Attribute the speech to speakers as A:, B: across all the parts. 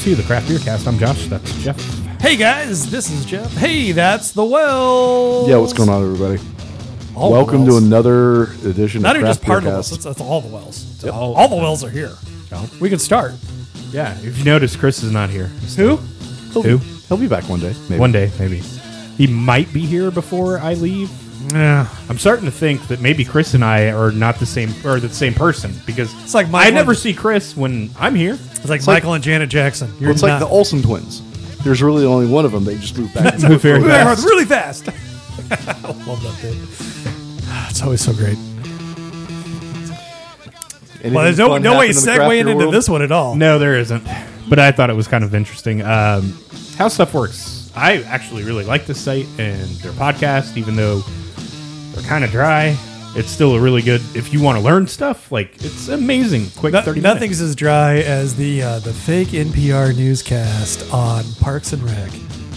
A: to the Craft Beer Cast. I'm Josh. That's Jeff.
B: Hey guys, this is Jeff. Hey, that's the well.
C: Yeah, what's going on, everybody? Welcome to another edition
B: Not
C: of
B: even
C: Craft
B: just part of
C: Beer
B: the wells.
C: Cast.
B: That's, that's all the wells. All, all the wells are here. We could start.
A: Yeah, if you notice, Chris is not here.
B: Who?
C: He'll,
A: Who?
C: he'll be back one day. Maybe.
A: One day, maybe. He might be here before I leave. I'm starting to think that maybe Chris and I are not the same or the same person because
B: It's like
A: I
B: Michael
A: never
B: and-
A: see Chris when I'm here.
B: It's like
C: like-
B: Michael and Janet Jackson. You're
C: Well, it's like the
B: not-
C: Olsen twins. There's really only one of them. They just moved back. and
A: Move very
B: We're going
A: fast.
B: really fast. I love that bit. It's always so great.
C: anything
B: Well, there's no,
C: fun
B: no way
C: happened in the craft
B: segueing
C: beer
B: into
C: world?
B: this one at all.
A: No, there isn't. But I thought it was kind of interesting. Um, how stuff works. I actually really like this site and their podcast, even though they're kind of dry. It's still a really good. If you want to learn stuff, like it's amazing. Quick
B: No-
A: thirty minutes.
B: nothing's as dry as the uh, the fake NPR newscast on Parks and Rec.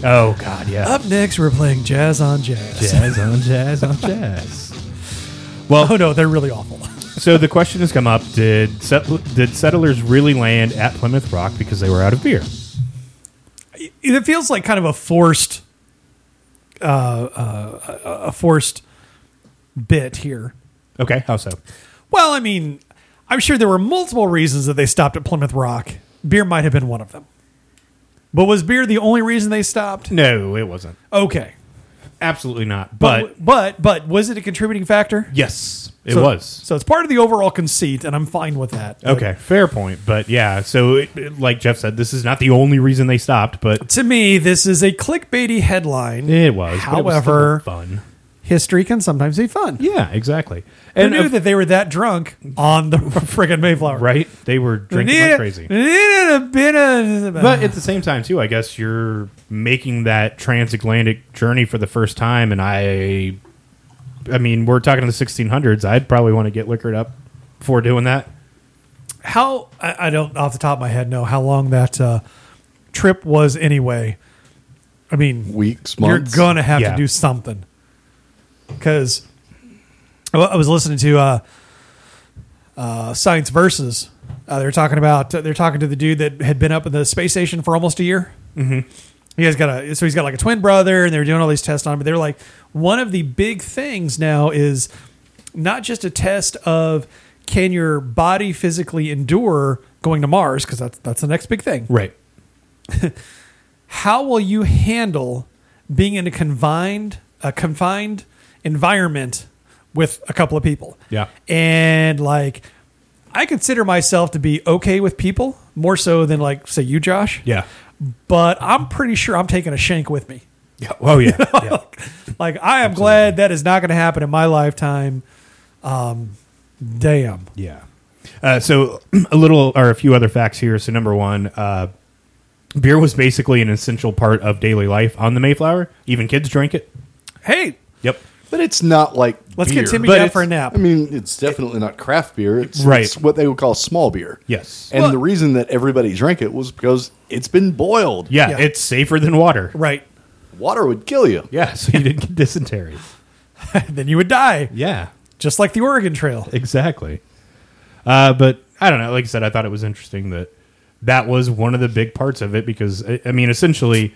A: Oh God, yeah.
B: Up next, we're playing Jazz on Jazz.
A: jazz on jazz on jazz.
B: Oh no, they're really awful.
A: So the question has come up: Did settl- did settlers really land at Plymouth Rock because they were out of beer?
B: It feels like kind of a forced, uh, uh, a forced bit here.
A: Okay, how so?
B: Well, I mean, I'm sure there were multiple reasons that they stopped at Plymouth Rock. Beer might have been one of them. But was beer the only reason they stopped?
A: No, it wasn't.
B: Okay.
A: Absolutely not.
B: But
A: But
B: but but was it a contributing factor?
A: yes, it
B: So-
A: was.
B: So it's part of the overall conceit, and I'm fine with that. But
A: Okay, fair point. But yeah, so it, it- like Jeff said, this is not the only reason they stopped, but
B: To me, this is a clickbaity headline.
A: it was. but it was still
B: However-
A: fun.
B: History can sometimes be fun.
A: Yeah, exactly.
B: Who
A: And uh,
B: knew
A: of-
B: that they were that drunk on the friggin' Mayflower?
A: right, they were drinking
B: Needed-
A: like crazy.
B: needed a bit of-
A: But at the same time, too, I guess you're making that transatlantic journey for the first time, and I, I mean, we're talking the 1600s. I'd probably want to get liquored up before doing that.
B: how I, I don't off the top of my head know how long that uh, trip was anyway. I mean,
C: Weeks,
B: you're
C: months.
B: gonna have
A: Yeah.
B: to do something because I was listening to uh, uh, Science Versus. Uh, they're talking about they're talking to the dude that had been up in the space station for almost a year. Mm-hmm. He has got a so he's got like a twin brother, and they were doing all these tests on him. But they're like one of the big things now is not just a test of can your body physically endure going to Mars because that's that's the next big thing
A: Right.
B: how will you handle being in a confined a confined environment with a couple of people
A: Yeah.
B: and like i consider myself to be okay with people more so than like say you josh
A: Yeah.
B: but i'm pretty sure i'm taking a shank with me
A: Yeah. Oh yeah. yeah.
B: like i am glad that is not going to happen in my lifetime um damn
A: Yeah. Uh, so a little or a few other facts here. So number one, uh, beer was basically an essential part of daily life on the Mayflower. Even kids drank it.
B: hey
A: Yep.
C: But it's not like
B: let's
C: beer.
B: get timmy
A: But
B: down
A: it's-
B: for a nap
C: I mean, it's definitely not craft beer. It's,
A: Right.
C: it's what they would call small beer.
A: Yes.
C: And
B: Well-
C: the reason that everybody drank it was because it's been boiled.
A: yeah,
B: Yeah.
A: it's safer than water.
B: right
C: Water would kill you.
A: Yeah, so you didn't get dysentery.
B: then you would die
A: Yeah,
B: just like the oregon trail
A: exactly. Uh, but I don't know. Like I said, I thought it was interesting that that was one of the big parts of it because I, I mean, essentially,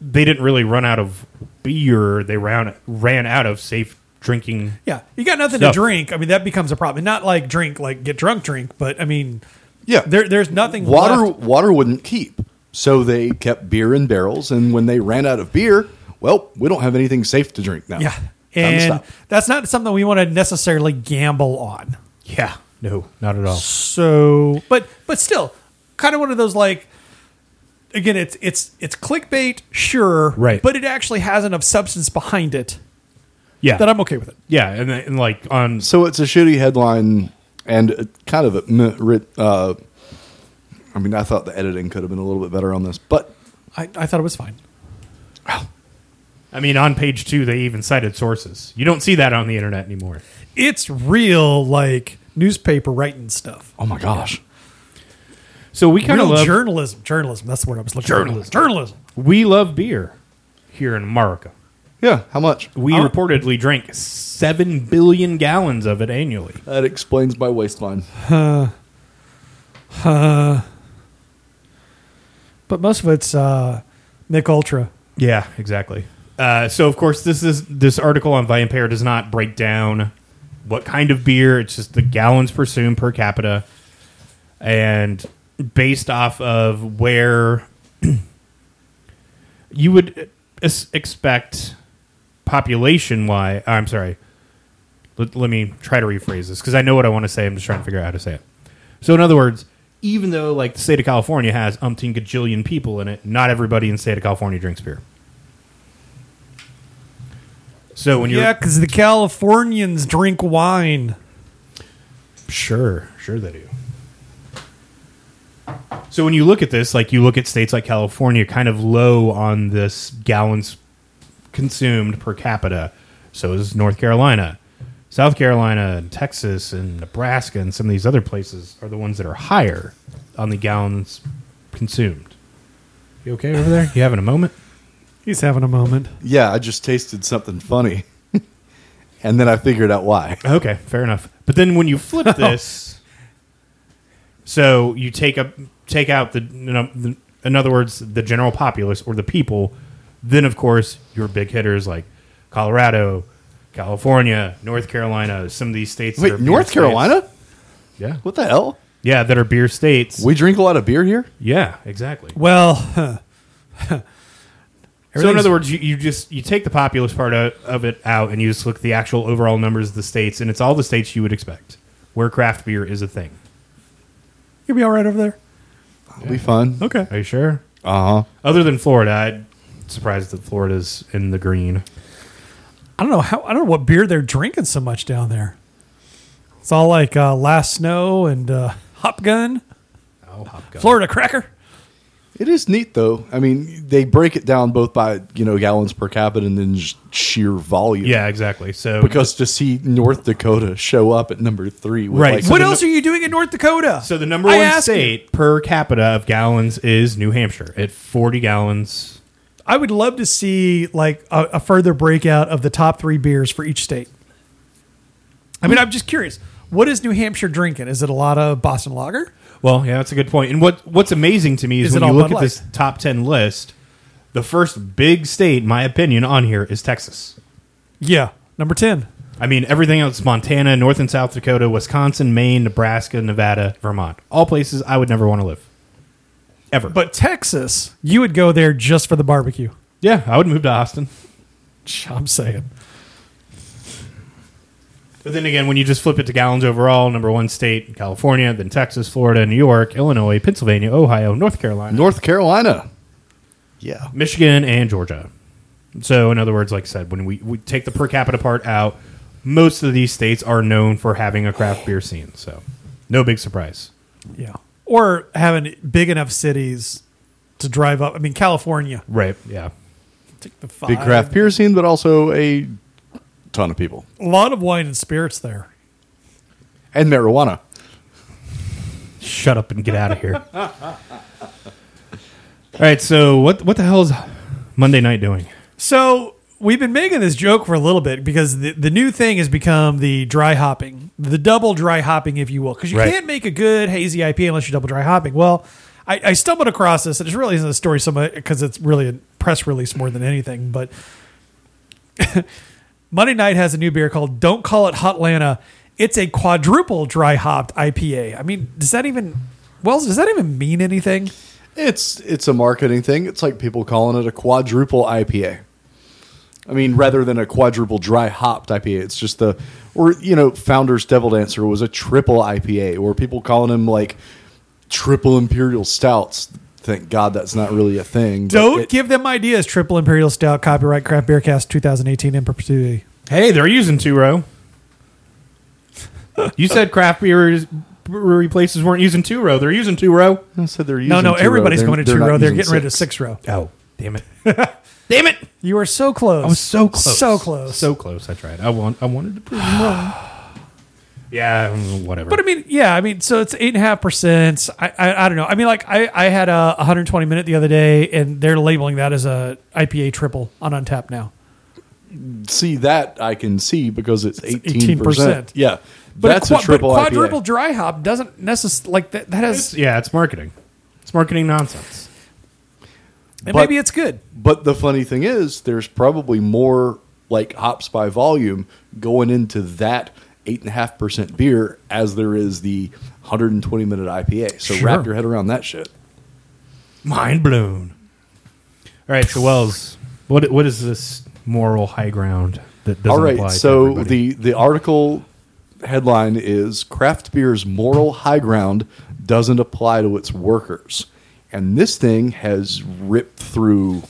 A: they didn't really run out of beer. They ran ran out of safe drinking
B: Yeah, you got nothing
A: Stuff.
B: to drink. I mean, that becomes a problem. Not like drink, like get drunk, drink, but I mean,
C: Yeah.
B: there, there's nothing.
C: water
B: left.
C: water wouldn't keep so they kept beer in barrels and when they ran out of beer well we don't have anything safe to drink now
B: Yeah,
C: Time to
B: and
C: stop.
B: that's not something we want to necessarily gamble on.
A: Yeah. No, not at all.
B: So, but but still, kind of one of those like. Again, it's it's it's clickbait, sure,
A: Right.
B: But it actually has enough substance behind it
A: Yeah.
B: that I'm okay with it.
A: yeah, and, then- and like on
C: so it's a shitty headline and it kind of a meh writ- uh, i mean i thought the editing could have been a little bit better on this but
B: I, I thought it was fine.
A: I mean on page 2 they even cited sources. You don't see that on the internet anymore.
B: It's real, like newspaper writing stuff.
C: oh my gosh
A: So we kind of
B: Real
A: love
B: journalism, journalism. That's the word I was looking
A: Journalism.
B: for. Journalism.
A: we love beer here in America.
C: yeah how much
A: We reportedly drank 7 billion gallons of it annually.
C: that explains my waistline
B: but most of it's uh, Mick Ultra.
A: Yeah, exactly. Uh, so of course, this is this article on Viampere does not break down what kind of beer. It's just the gallons per soon per capita, and based off of where you would es- expect population wise. I'm sorry. Let, let me try to rephrase this because I know what I want to say. I'm just trying to figure out how to say it. So, in other words, even though like the state of California has umpteen gajillion people in it, not everybody in the state of California drinks beer. So when you're
B: Yeah, because the Californians drink wine.
A: Sure, sure they do. So when you look at this, like you look at states like California, kind of low on this gallons consumed per capita. So is North Carolina, South Carolina, and Texas, and Nebraska, and some of these other places are the ones that are higher on the gallons consumed. You okay over there? You having a moment?
B: He's having a moment.
C: Yeah, I just tasted something funny, and then I figured out why.
A: Okay, fair enough. But then when you flip this, so you take up take out the, you know, the in other words the general populace or the people, then of course your big hitters like Colorado, California, North Carolina, some of these states. that are
C: Wait,
A: beer
C: North
A: states-
C: Carolina?
A: Yeah,
C: What the hell?
A: yeah, that are beer states.
C: We drink a lot of beer here.
A: yeah, exactly.
B: Well, huh.
A: So in
B: Everything's-
A: other words, you, you just you take the populous part of, of it out, and you just look at the actual overall numbers of the states, and it's all the states you would expect where craft beer is a thing.
B: you'll be all right over there.
C: It'll be fun.
A: Okay, are you sure?
C: Uh huh.
A: Other than Florida, I'm surprised that Florida's in the green.
B: I don't know how. I don't know what beer they're drinking so much down there. It's all like uh, Last Snow and uh, Hop Gun,
A: Oh, Hopkins.
B: Florida Cracker.
C: It is neat though. I mean, they break it down both by you know gallons per capita and then just sheer volume.
A: Yeah, exactly. So
C: Because to see North Dakota show up at number three, with
A: Right.
C: Like,
A: So
B: what
A: the
B: else are you doing in North Dakota?
A: so the number
B: I
A: one
B: ask you.
A: state per capita of gallons is New Hampshire at 40 gallons.
B: I would love to see like a, a further breakout of the top three beers for each state. I mean, I'm just curious. What is New Hampshire drinking? Is it a lot of Boston Lager?
A: Well, yeah, that's a good point. And what what's amazing to me is,
B: Is it
A: when you
B: all
A: look
B: Bud
A: at this
B: Light?
A: top 10 list, the first big state, in my opinion, on here is Texas.
B: Yeah, number ten.
A: I mean, everything else Montana, North and South Dakota, Wisconsin, Maine, Nebraska, Nevada, Vermont. All places I would never want to live. Ever.
B: But Texas, you would go there just for the barbecue.
A: yeah, I would move to Austin.
B: I'm saying.
A: But then again, when you just flip it to gallons overall, number one state, California, then Texas, Florida, New York, Illinois, Pennsylvania, Ohio, North Carolina,
C: North Carolina. Yeah.
A: Michigan, and Georgia. So, in other words, like I said, when we, we take the per capita part out, most of these states are known for having a craft beer scene. So, no big surprise.
B: Yeah. Or having big enough cities to drive up. I mean, California.
A: Right. Yeah.
B: Take the five.
C: Big craft beer scene, but also a ton of people
B: A lot of wine and spirits there.
C: and marijuana.
A: Shut up and get out of here. All right. So, what, what the hell is Monday night doing?
B: So we've been making this joke for a little bit because the, the new thing has become the dry hopping, the double dry hopping, if you will, because you
A: Right.
B: can't make a good hazy IPA unless you double dry hopping. Well, I, I stumbled across this, and it really isn't a story so much because it's really a press release more than anything. But Monday Night has a new beer called Don't Call It Hotlanta. It's a quadruple dry hopped IPA. I mean, does that even, Wells, does that even mean anything?
C: It's it's a marketing thing. It's like people calling it a quadruple IPA. I mean, rather than a quadruple dry hopped IPA, it's just the or you know, Founders Devil Dancer was a triple IPA, or people calling them like triple imperial stouts. Thank God that's not really a thing. but
B: Don't
C: it-
B: give them ideas. Triple Imperial Stout, copyright Craft Beer Cast 2018 in perpetuity.
A: Hey, they're using two row. you said craft beers brewery places weren't using two row. They're using two row.
C: I said they're
B: No, no,
C: using two row.
B: everybody's
C: They're-
B: going to
C: they're
B: two
C: not
B: row. They're
C: using
B: getting rid of
C: six.
B: six row.
A: Oh, damn it. damn it.
B: You are so close.
A: I was so close.
B: So close.
A: So close. I tried. I want I wanted to prove him wrong. Yeah, mm, whatever.
B: but I mean, yeah, I mean, so it's eight and a half percent. I, I, I don't know. I mean, like I, I had a 120 minute the other day, and they're labeling that as a IPA triple on Untapped now.
C: See that I can see because it's eighteen
B: 18%.
C: percent. Yeah,
B: But
C: that's
B: a,
C: a,
B: qua-
C: triple
B: but
C: IPA.
B: quadruple dry hop doesn't necessarily like that. That has
A: yeah, it's marketing. It's marketing nonsense.
B: And
C: But-
B: maybe it's good.
C: But the funny thing is, there's probably more like hops by volume going into that eight and a half percent beer as there is the 120 minute IPA. So
B: Sure.
C: wrap your head around that shit.
A: Mind blown. All right, so Wells, what what is this moral high ground that doesn't
C: All
A: apply
C: right.
A: to
C: So
A: everybody?
C: the the article headline is craft beer's moral high ground doesn't apply to its workers, and this thing has ripped through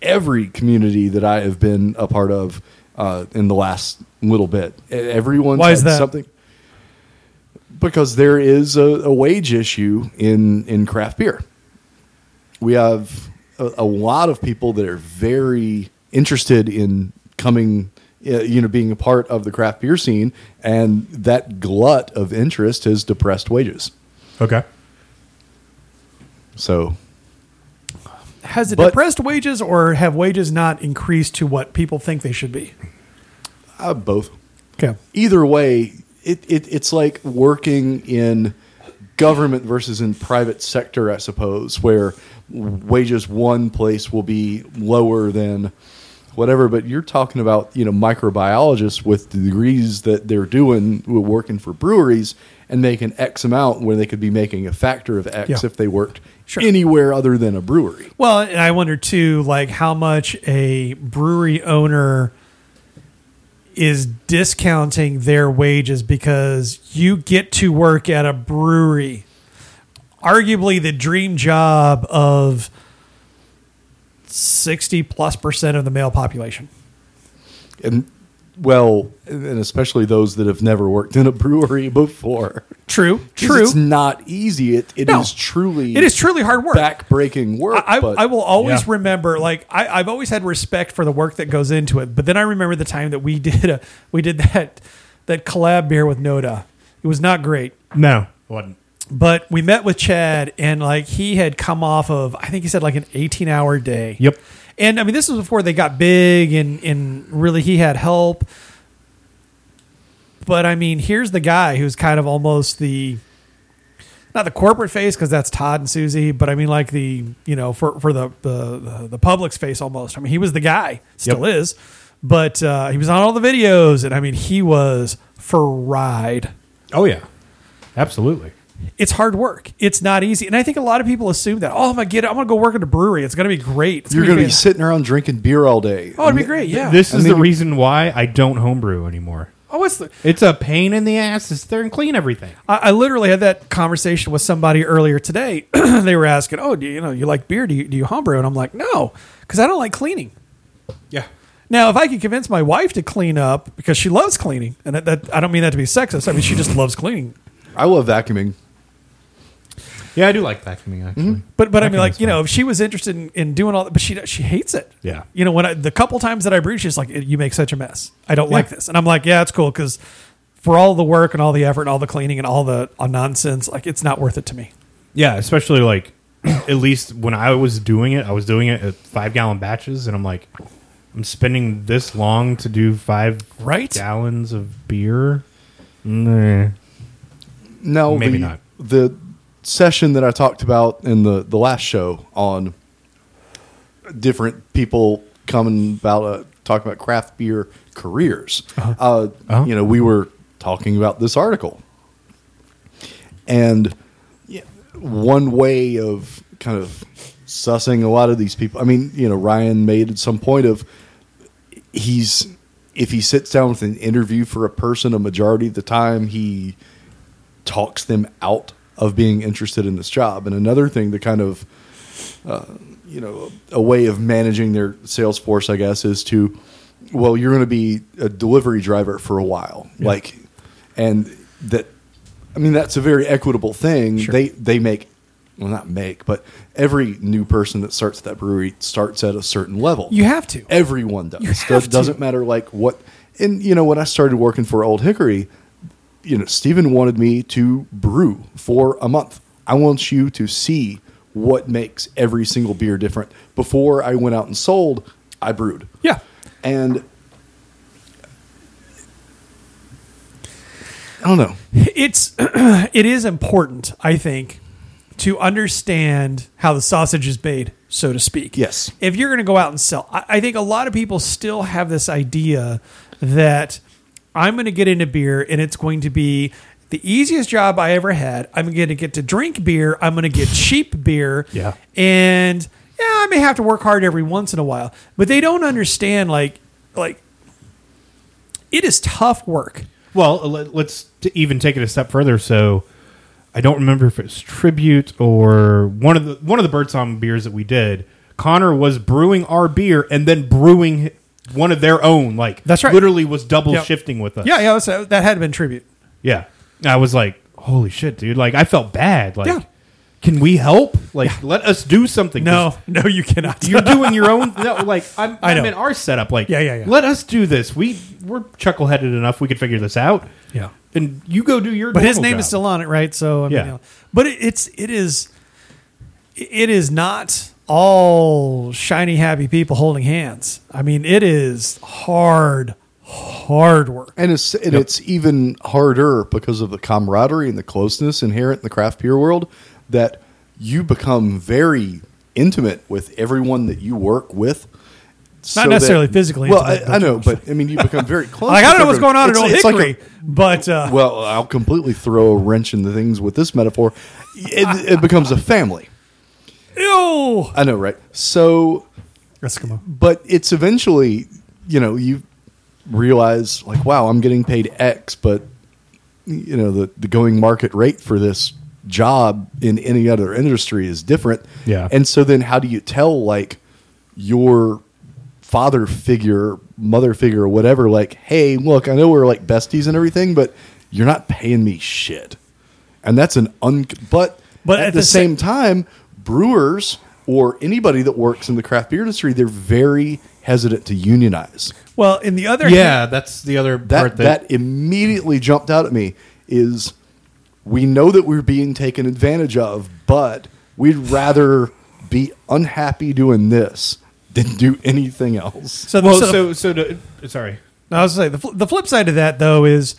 C: every community that I have been a part of uh, in the last little bit. E- Everyone's
B: Why is
C: had
B: that?
C: something because there is a, a wage issue in in craft beer. We have a, a lot of people that are very interested in coming, uh, you know, being a part of the craft beer scene, and that glut of interest has depressed wages.
A: okay.
C: So
B: Has it
C: But-
B: depressed wages or have wages not increased to what people think they should be?
C: uh, both.
B: Okay.
C: either way, it, it it's like working in government versus in private sector, I suppose, where wages one place will be lower than whatever. But you're talking about you know microbiologists with the degrees that they're doing who are working for breweries and making X amount where they could be making a factor of X
B: Yeah.
C: if they worked
B: Sure.
C: anywhere other than a brewery.
B: Well, and I wonder too, like how much a brewery owner is discounting their wages because you get to work at a brewery, arguably the dream job of sixty plus percent of the male population.
C: And well, and especially those that have never worked in a brewery before.
B: True,
C: 'Cause
B: true.
C: It's not easy. It it is
B: No.
C: truly
B: it is truly hard work.
C: backbreaking work.
B: I,
C: but
B: I will always
A: Yeah.
B: remember like I, I've always had respect for the work that goes into it. But then I remember the time that we did a we did that that collab beer with Noda. It was not great.
A: No, wasn't.
B: But we met with Chad and like he had come off of I think he said like an eighteen hour day.
A: Yep.
B: And I mean this was before they got big and and really he had help. But I mean, here's the guy who's kind of almost the not the corporate face because that's Todd and Susie, but I mean like the you know for for the the, the, the public's face almost. I mean he was the guy, still
A: Yep.
B: is, but uh, he was on all the videos, and I mean he was fried.
A: Oh yeah, absolutely.
B: It's hard work. It's not easy, and I think a lot of people assume that. Oh, I'm gonna get. it. I'm gonna go work at a brewery. It's gonna be great. It's
C: you're going to be
B: fan-
C: sitting around drinking beer all day.
B: Oh, it'd be great. Yeah.
A: This
C: I
A: is
C: mean,
A: the
C: we-
A: reason why I don't homebrew anymore.
B: Oh, it's the.
A: It's a pain in the ass to sit there and clean everything.
B: I, I literally had that conversation with somebody earlier today. they were asking, "Oh, do you, you know you like beer? Do you do you homebrew?" And I'm like, "No, because I don't like cleaning."
A: Yeah.
B: Now, if I could convince my wife to clean up because she loves cleaning, and that, that I don't mean that to be sexist. I mean she just loves cleaning.
C: I love vacuuming.
A: Yeah, I do like vacuuming actually.
B: But but I mean,
A: Vacuum
B: like
A: is
B: you
A: fun.
B: know, if she was interested in, in doing all that, but she she hates it.
A: Yeah.
B: You know, when I, the couple times that I brewed, she's like, "You make such a mess. I don't like this." And I'm like, "Yeah, it's cool because for all the work and all the effort and all the cleaning and all the uh, nonsense, like it's not worth it to me."
A: Yeah, especially like at least when I was doing it, I was doing it at five gallon batches, and I'm like, I'm spending this long to do five
B: Right?
A: gallons of beer. Nah.
C: No,
A: Maybe
C: the,
A: not.
C: The session that I talked about in the the last show on different people coming about uh, talking about craft beer careers. uh
A: Uh-huh.
C: You know, we were talking about this article, and one way of kind of sussing a lot of these people. I mean, you know, Ryan made some point of he's if he sits down with an interview for a person, a majority of the time he talks them out of being interested in this job. And another thing, the kind of uh, you know a way of managing their sales force, I guess, is to well, you're going to be a delivery driver for a while, like, and that I mean that's a very equitable thing. They they make. Well, not make, but every new person that starts at that brewery starts at a certain level.
B: You have to.
C: Everyone does.
B: You
C: Does-
B: have to.
C: Doesn't matter like what. And you know, when I started working for Old Hickory, you know, Stephen wanted me to brew for a month. I want you to see what makes every single beer different. Before I went out and sold, I brewed,
B: Yeah.
C: and I don't know.
B: it's it is important i think to understand how the sausage is made so to speak.
C: Yes.
B: If you're going to go out and sell, I, I think a lot of people still have this idea that I'm going to get into beer and it's going to be the easiest job I ever had. I'm going to get to drink beer. I'm going to get cheap beer.
A: Yeah.
B: And yeah, I may have to work hard every once in a while, but they don't understand like like it is tough work.
A: Well, let, let's t- even take it a step further. So, I don't remember if it's tribute or one of the one of the Birdsong beers that we did. Connor was brewing our beer and then brewing one of their own. Like
B: That's right.
A: Literally was double
B: Yep.
A: shifting with us.
B: Yeah, yeah, that's, that had been tribute.
A: yeah. I was like, holy shit, dude! Like I felt bad. Like,
B: Yeah.
A: can we help? Like, let us do something. 'Cause
B: No, no, you cannot.
A: You're doing your own. No, like I'm,
B: I
A: I'm
B: know.
A: in our setup. Like,
B: Yeah, yeah, yeah.
A: Let us do this. We we're chuckleheaded enough. We could figure this out.
B: yeah.
A: And you go do your.
B: but his
A: normal
B: name
A: job.
B: is still on it, right? So I mean,
A: Yeah.
B: you know. but it, it's it is it is not all shiny happy people holding hands. I mean, it is hard, hard work.
C: And it's and it's even harder because of the camaraderie and the closeness inherent in the craft beer world that you become very intimate with everyone that you work with. so that-
B: necessarily physically
C: Well,
B: intimate,
C: I,
B: but-
C: I know, but I mean, you become very close.
B: Like I don't
C: with
B: know what's
C: everyone.
B: going on at
C: It's-
B: Old
C: it's like a-
B: Hickory, but uh,
C: well, I'll completely throw a wrench into things with this metaphor. It, it becomes a family.
B: ew,
C: I know, right? So
B: Eskimo.
C: but it's eventually you know you realize like wow i'm getting paid x but you know the, the going market rate for this job in any other industry is different
A: Yeah.
C: and so then how do you tell like your father figure mother figure or whatever like hey look i know we're like besties and everything but you're not paying me shit and that's an un but
B: But
C: at, the,
B: sa-
C: same time, brewers or anybody that works in the craft beer industry, they're very hesitant to unionize.
B: Well, in the other
A: Yeah, that's the other part
C: That
A: that,
C: that immediately jumped out at me is we know that we're being taken advantage of, but we'd rather be unhappy doing this than do anything else.
B: so,
A: well,
B: so the-
A: so so to, sorry.
B: Now, I was gonna say the, fl- the flip side of that though is,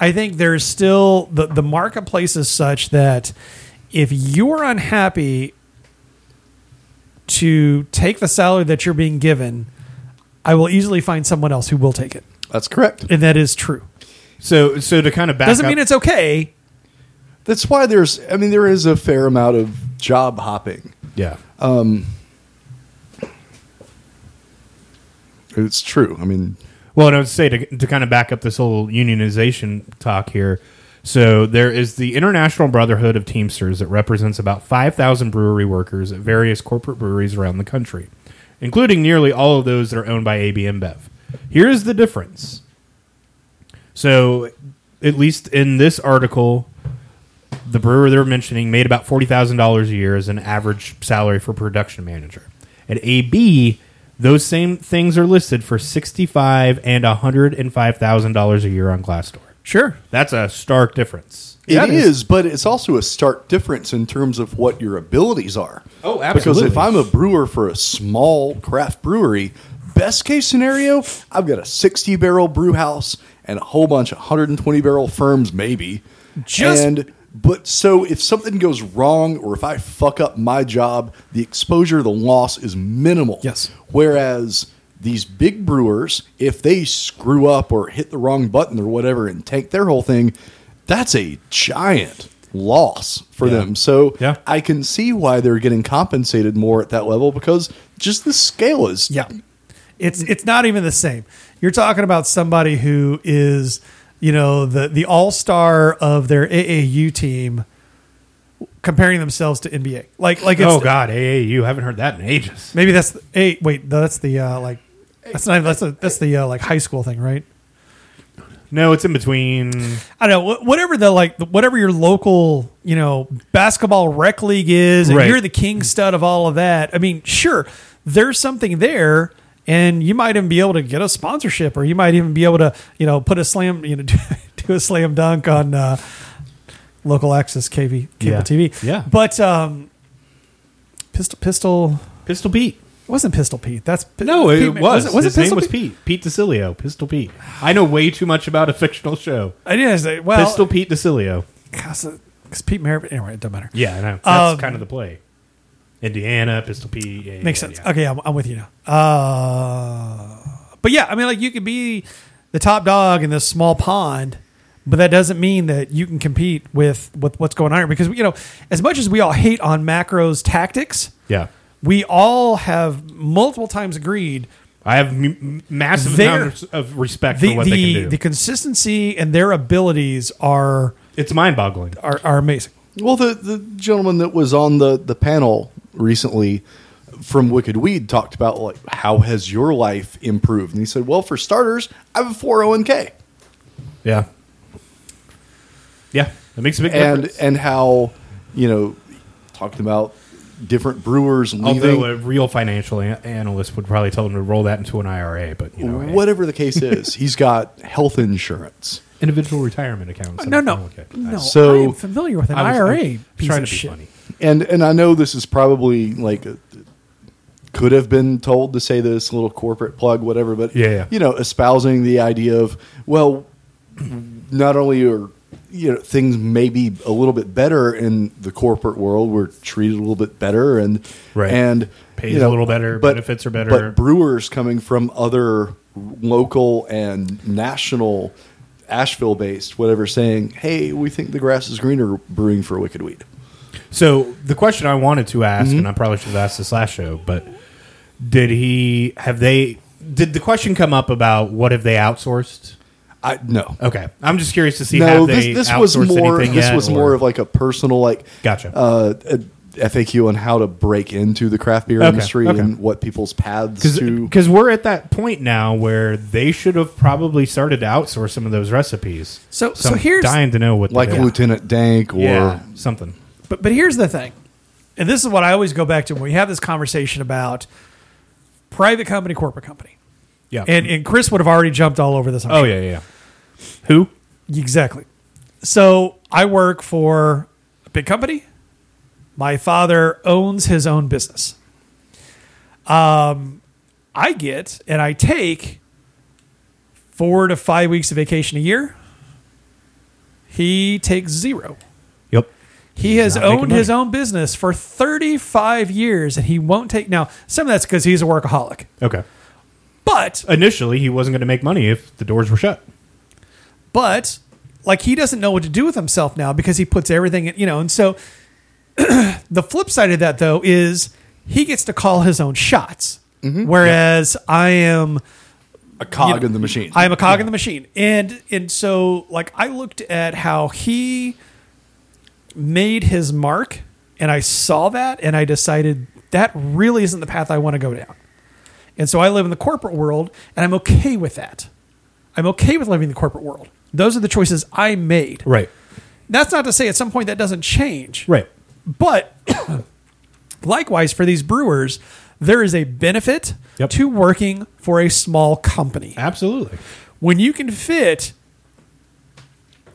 B: I think there's still the the marketplace is such that if you're unhappy to take the salary that you're being given, I will easily find someone else who will take it,
C: That's correct.
B: and that is true.
A: So so to kind of back
B: Doesn't
A: up,
B: mean it's okay.
C: That's why there's I mean there is a fair amount of job hopping.
A: yeah.
C: It's true. I mean
A: well, and I would say to to kind of back up this whole unionization talk here. So there is the International Brotherhood of Teamsters that represents about five thousand brewery workers at various corporate breweries around the country, including nearly all of those that are owned by AB InBev. Here's the difference. So, at least in this article, the brewer they're mentioning made about forty thousand dollars a year as an average salary for production manager. At AB, those same things are listed for sixty-five and hundred and five thousand dollars a year on Glassdoor.
B: Sure.
A: That's a stark difference.
B: Yeah,
C: It
B: it is.
C: is, but it's also a stark difference in terms of what your abilities are.
A: Oh,
C: Because
A: absolutely.
C: if I'm a brewer for a small craft brewery, best case scenario, I've got a 60 barrel brew house and a whole bunch of 120 barrel firms, maybe.
B: Just-
C: and but so if something goes wrong or if I fuck up my job, the exposure, the loss is minimal.
B: Yes.
C: Whereas these big brewers, if they screw up or hit the wrong button or whatever and tank their whole thing, that's a giant loss for them. So
A: Yeah.
C: I can see why they're getting compensated more at that level because just the scale is
B: Yeah. It's it's not even the same. You're talking about somebody who is, you know, the the all-star of their AAU team comparing themselves to NBA. Like like it's
A: oh God, AAU haven't heard that in ages.
B: maybe that's the, hey, wait, no, that's the uh like that's not even- that's the that's the uh, like high school thing, right?
A: No, it's in between.
B: I don't know, wh- whatever the like the- whatever your local, you know, basketball rec league is and
A: Right.
B: you're the king stud of all of that. I mean, sure, there's something there and you might even be able to get a sponsorship or you might even be able to, you know, put a slam, you know, do, do a slam dunk on uh, local access KV, cable
A: Yeah.
B: TV.
A: Yeah.
B: But um Pistol Pistol
A: Pistol Pete.
B: it wasn't Pistol Pete. That's
A: No, it
B: Pete-
A: was.
B: it- was
A: His
B: it
A: name
B: Pistol
A: was
B: Pete?
A: Pete. Pete DeCilio. Pistol Pete. I know way too much about a fictional show.
B: I didn't say. Well, uh,
A: Pistol Pete DeCilio.
B: because Pete Merritt. Anyway, it doesn't matter.
A: Yeah, I know. That's
B: Um,
A: kind of the play. Indiana, Pistol Pete. Yeah, yeah,
B: Makes
A: yeah,
B: sense.
A: yeah.
B: Okay, I'm, I'm with you now. Uh, but yeah, I mean, like you could be the top dog in this small pond, but that doesn't mean that you can compete with with what's going on here. Because you know, as much as we all hate on Macro's tactics,
A: Yeah.
B: we all have multiple times agreed
A: I have m- m- massive
B: They're-
A: amounts of respect
B: the
A: for what they
B: the,
A: can do.
B: the consistency and their abilities are
A: it's mind boggling.
B: are, are amazing.
C: Well, the, the gentleman that was on the, the panel recently from Wicked Weed talked about like how has your life improved, and he said, "Well, for starters, I have a four hundred one k,
A: Yeah. Yeah. That makes a big
C: and
A: difference.
C: and how you know talking about different brewers leaving,
A: Although a real financial an- analyst would probably tell them to roll that into an IRA, but you know, eh? hey,
C: whatever the case is, he's got health insurance.
A: individual retirement accounts.
B: Uh, No, no,
A: Okay.
B: no.
C: So-
B: I am familiar with an
A: I was- I was
B: IRA piece
A: trying
B: of
A: to be
B: shit.
A: funny.
C: and and I know this is probably like a, could have been told to say this little corporate plug whatever, but
A: Yeah, yeah.
C: you know, espousing the idea of well, not only are you know things maybe a little bit better in the corporate world, we're treated a little bit better and
A: Right.
C: and
A: Pays a little better, benefits are better.
C: but brewers coming from other local and national. Asheville based, whatever, saying, hey, we think the grass is greener brewing for Wicked Weed.
A: So the question I wanted to ask,
B: Mm-hmm.
A: and I probably should have asked this last show, but did he have they? Did the question come up about what have they outsourced?
C: I No.
A: Okay, I'm just curious to see.
C: no,
A: have
C: this,
A: they
C: this was
A: outsourced
C: more.
A: anything
C: This
A: yet,
C: was
A: or-
C: more of like a personal, like
A: Gotcha.
C: uh, a- FAQ on how to break into the craft beer
A: Okay,
C: industry
A: okay. uh,
C: and what people's paths to.
A: because we're at that point now where they should have probably started to outsource some of those recipes.
B: So- so
A: I'm
B: here's-
A: dying to know what
C: Like
A: they-
C: Lieutenant Dank, or
A: yeah, something.
B: But but here's the thing, and this is what I always go back to when we have this conversation about private company, corporate company,
A: Yeah.
B: and and Chris would have already jumped all over this. I'm
A: oh yeah, yeah. yeah. Who?
B: sure. exactly. So I work for a big company. My father owns his own business. Um, I get and I take four to five weeks of vacation a year. He takes zero.
A: Yep.
B: He has
A: not making
B: owned his
A: money.
B: own business for 35 years and he won't take. Now, some of that's because he's a workaholic,
A: Okay.
B: but,
A: Initially, he wasn't going to make money if the doors were shut.
B: but like he doesn't know what to do with himself now because he puts everything, in, you know, and so the flip side of that though is he gets to call his own shots.
A: Mm-hmm.
B: Whereas I am,
C: a cog
B: you know,
C: in the machine.
B: I am a cog in the machine. And and so like I looked at how he made his mark and I saw that and I decided that really isn't the path I want to go down. And so I live in the corporate world and I'm okay with that. I'm okay with living in the corporate world. Those are the choices I made.
A: Right.
B: That's not to say at some point that doesn't change.
A: Right.
B: But likewise, for these brewers, there is a benefit
A: Yep.
B: to working for a small company
A: Absolutely.
B: when you can fit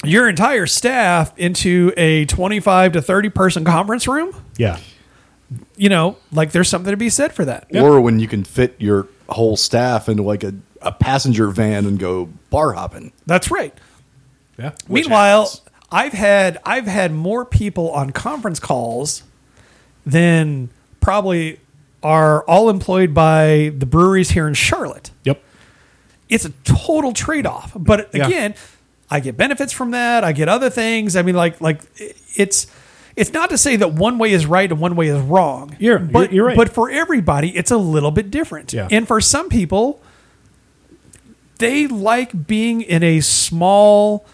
B: your entire staff into a 25 to 30 person conference room,
A: Yeah.
B: you know, like there's something to be said for that.
C: or when you can fit your whole staff into like a, a passenger van and go bar hopping.
B: That's right.
A: Yeah.
B: Meanwhile,
C: happens.
B: I've had I've had more people on conference calls than probably are all employed by the breweries here in Charlotte.
A: Yep.
B: it's a total trade off. But
A: Yeah.
B: again, I get benefits from that. I get other things. I mean, like like it's it's not to say that one way is right and one way is wrong.
A: You're-
B: but
A: you're right.
B: But for everybody, it's a little bit different.
A: Yeah.
B: And for some people, they like being in a small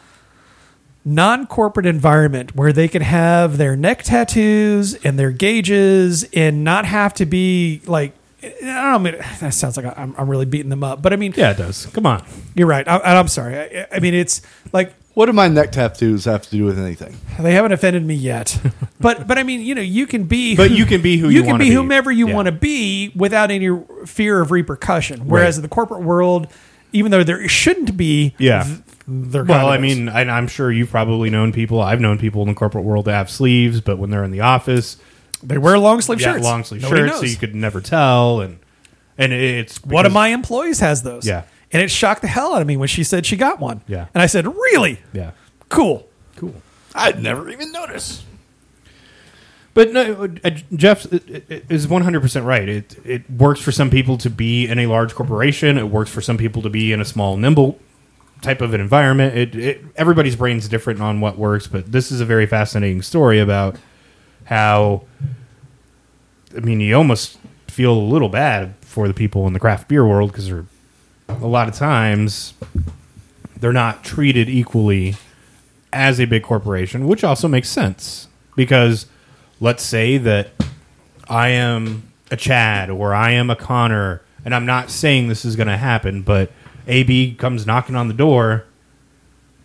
B: non-corporate environment where they can have their neck tattoos and their gauges and not have to be like I don't know. I mean, that sounds like I'm, I'm really beating them up, but I mean,
A: Yeah, it does. Come on.
B: you're right. I, and I'm sorry. I, I mean, it's like
C: What do my neck tattoos have to do with anything?
B: they haven't offended me yet, but but I mean, you know, you can be,
A: But you can be who you
B: can
A: wanna
B: be,
A: be.
B: whomever you
A: Yeah.
B: want to be without any fear of repercussion. Whereas
A: Right.
B: in the corporate world, even though there shouldn't be,
A: Yeah.
B: th- there
A: Well,
B: kinda
A: I
B: is.
A: mean, and I'm sure you've probably known people. I've known people in the corporate world that have sleeves, but when they're in the office,
B: they wear long sleeve
A: yeah,
B: shirts,
A: long sleeve
B: Nobody
A: shirts, so
B: knows.
A: you could never tell. And and it's
B: One of
A: because-
B: my employees has those.
A: Yeah.
B: and it shocked the hell out of me when she said she got one.
A: Yeah.
B: and I said, really?
A: Yeah.
B: Cool.
A: Cool.
C: I'd never even notice.
A: But no, uh, Jeff is one hundred percent right. It it works for some people to be in a large corporation. It works for some people to be in a small, nimble type of an environment. It, it everybody's brain's different on what works. But this is a very fascinating story about how. I mean, you almost feel a little bad for the people in the craft beer world because they're a lot of times they're not treated equally as a big corporation, which also makes sense because let's say that I am a Chad or I am a Connor, and I'm not saying this is going to happen, but AB comes knocking on the door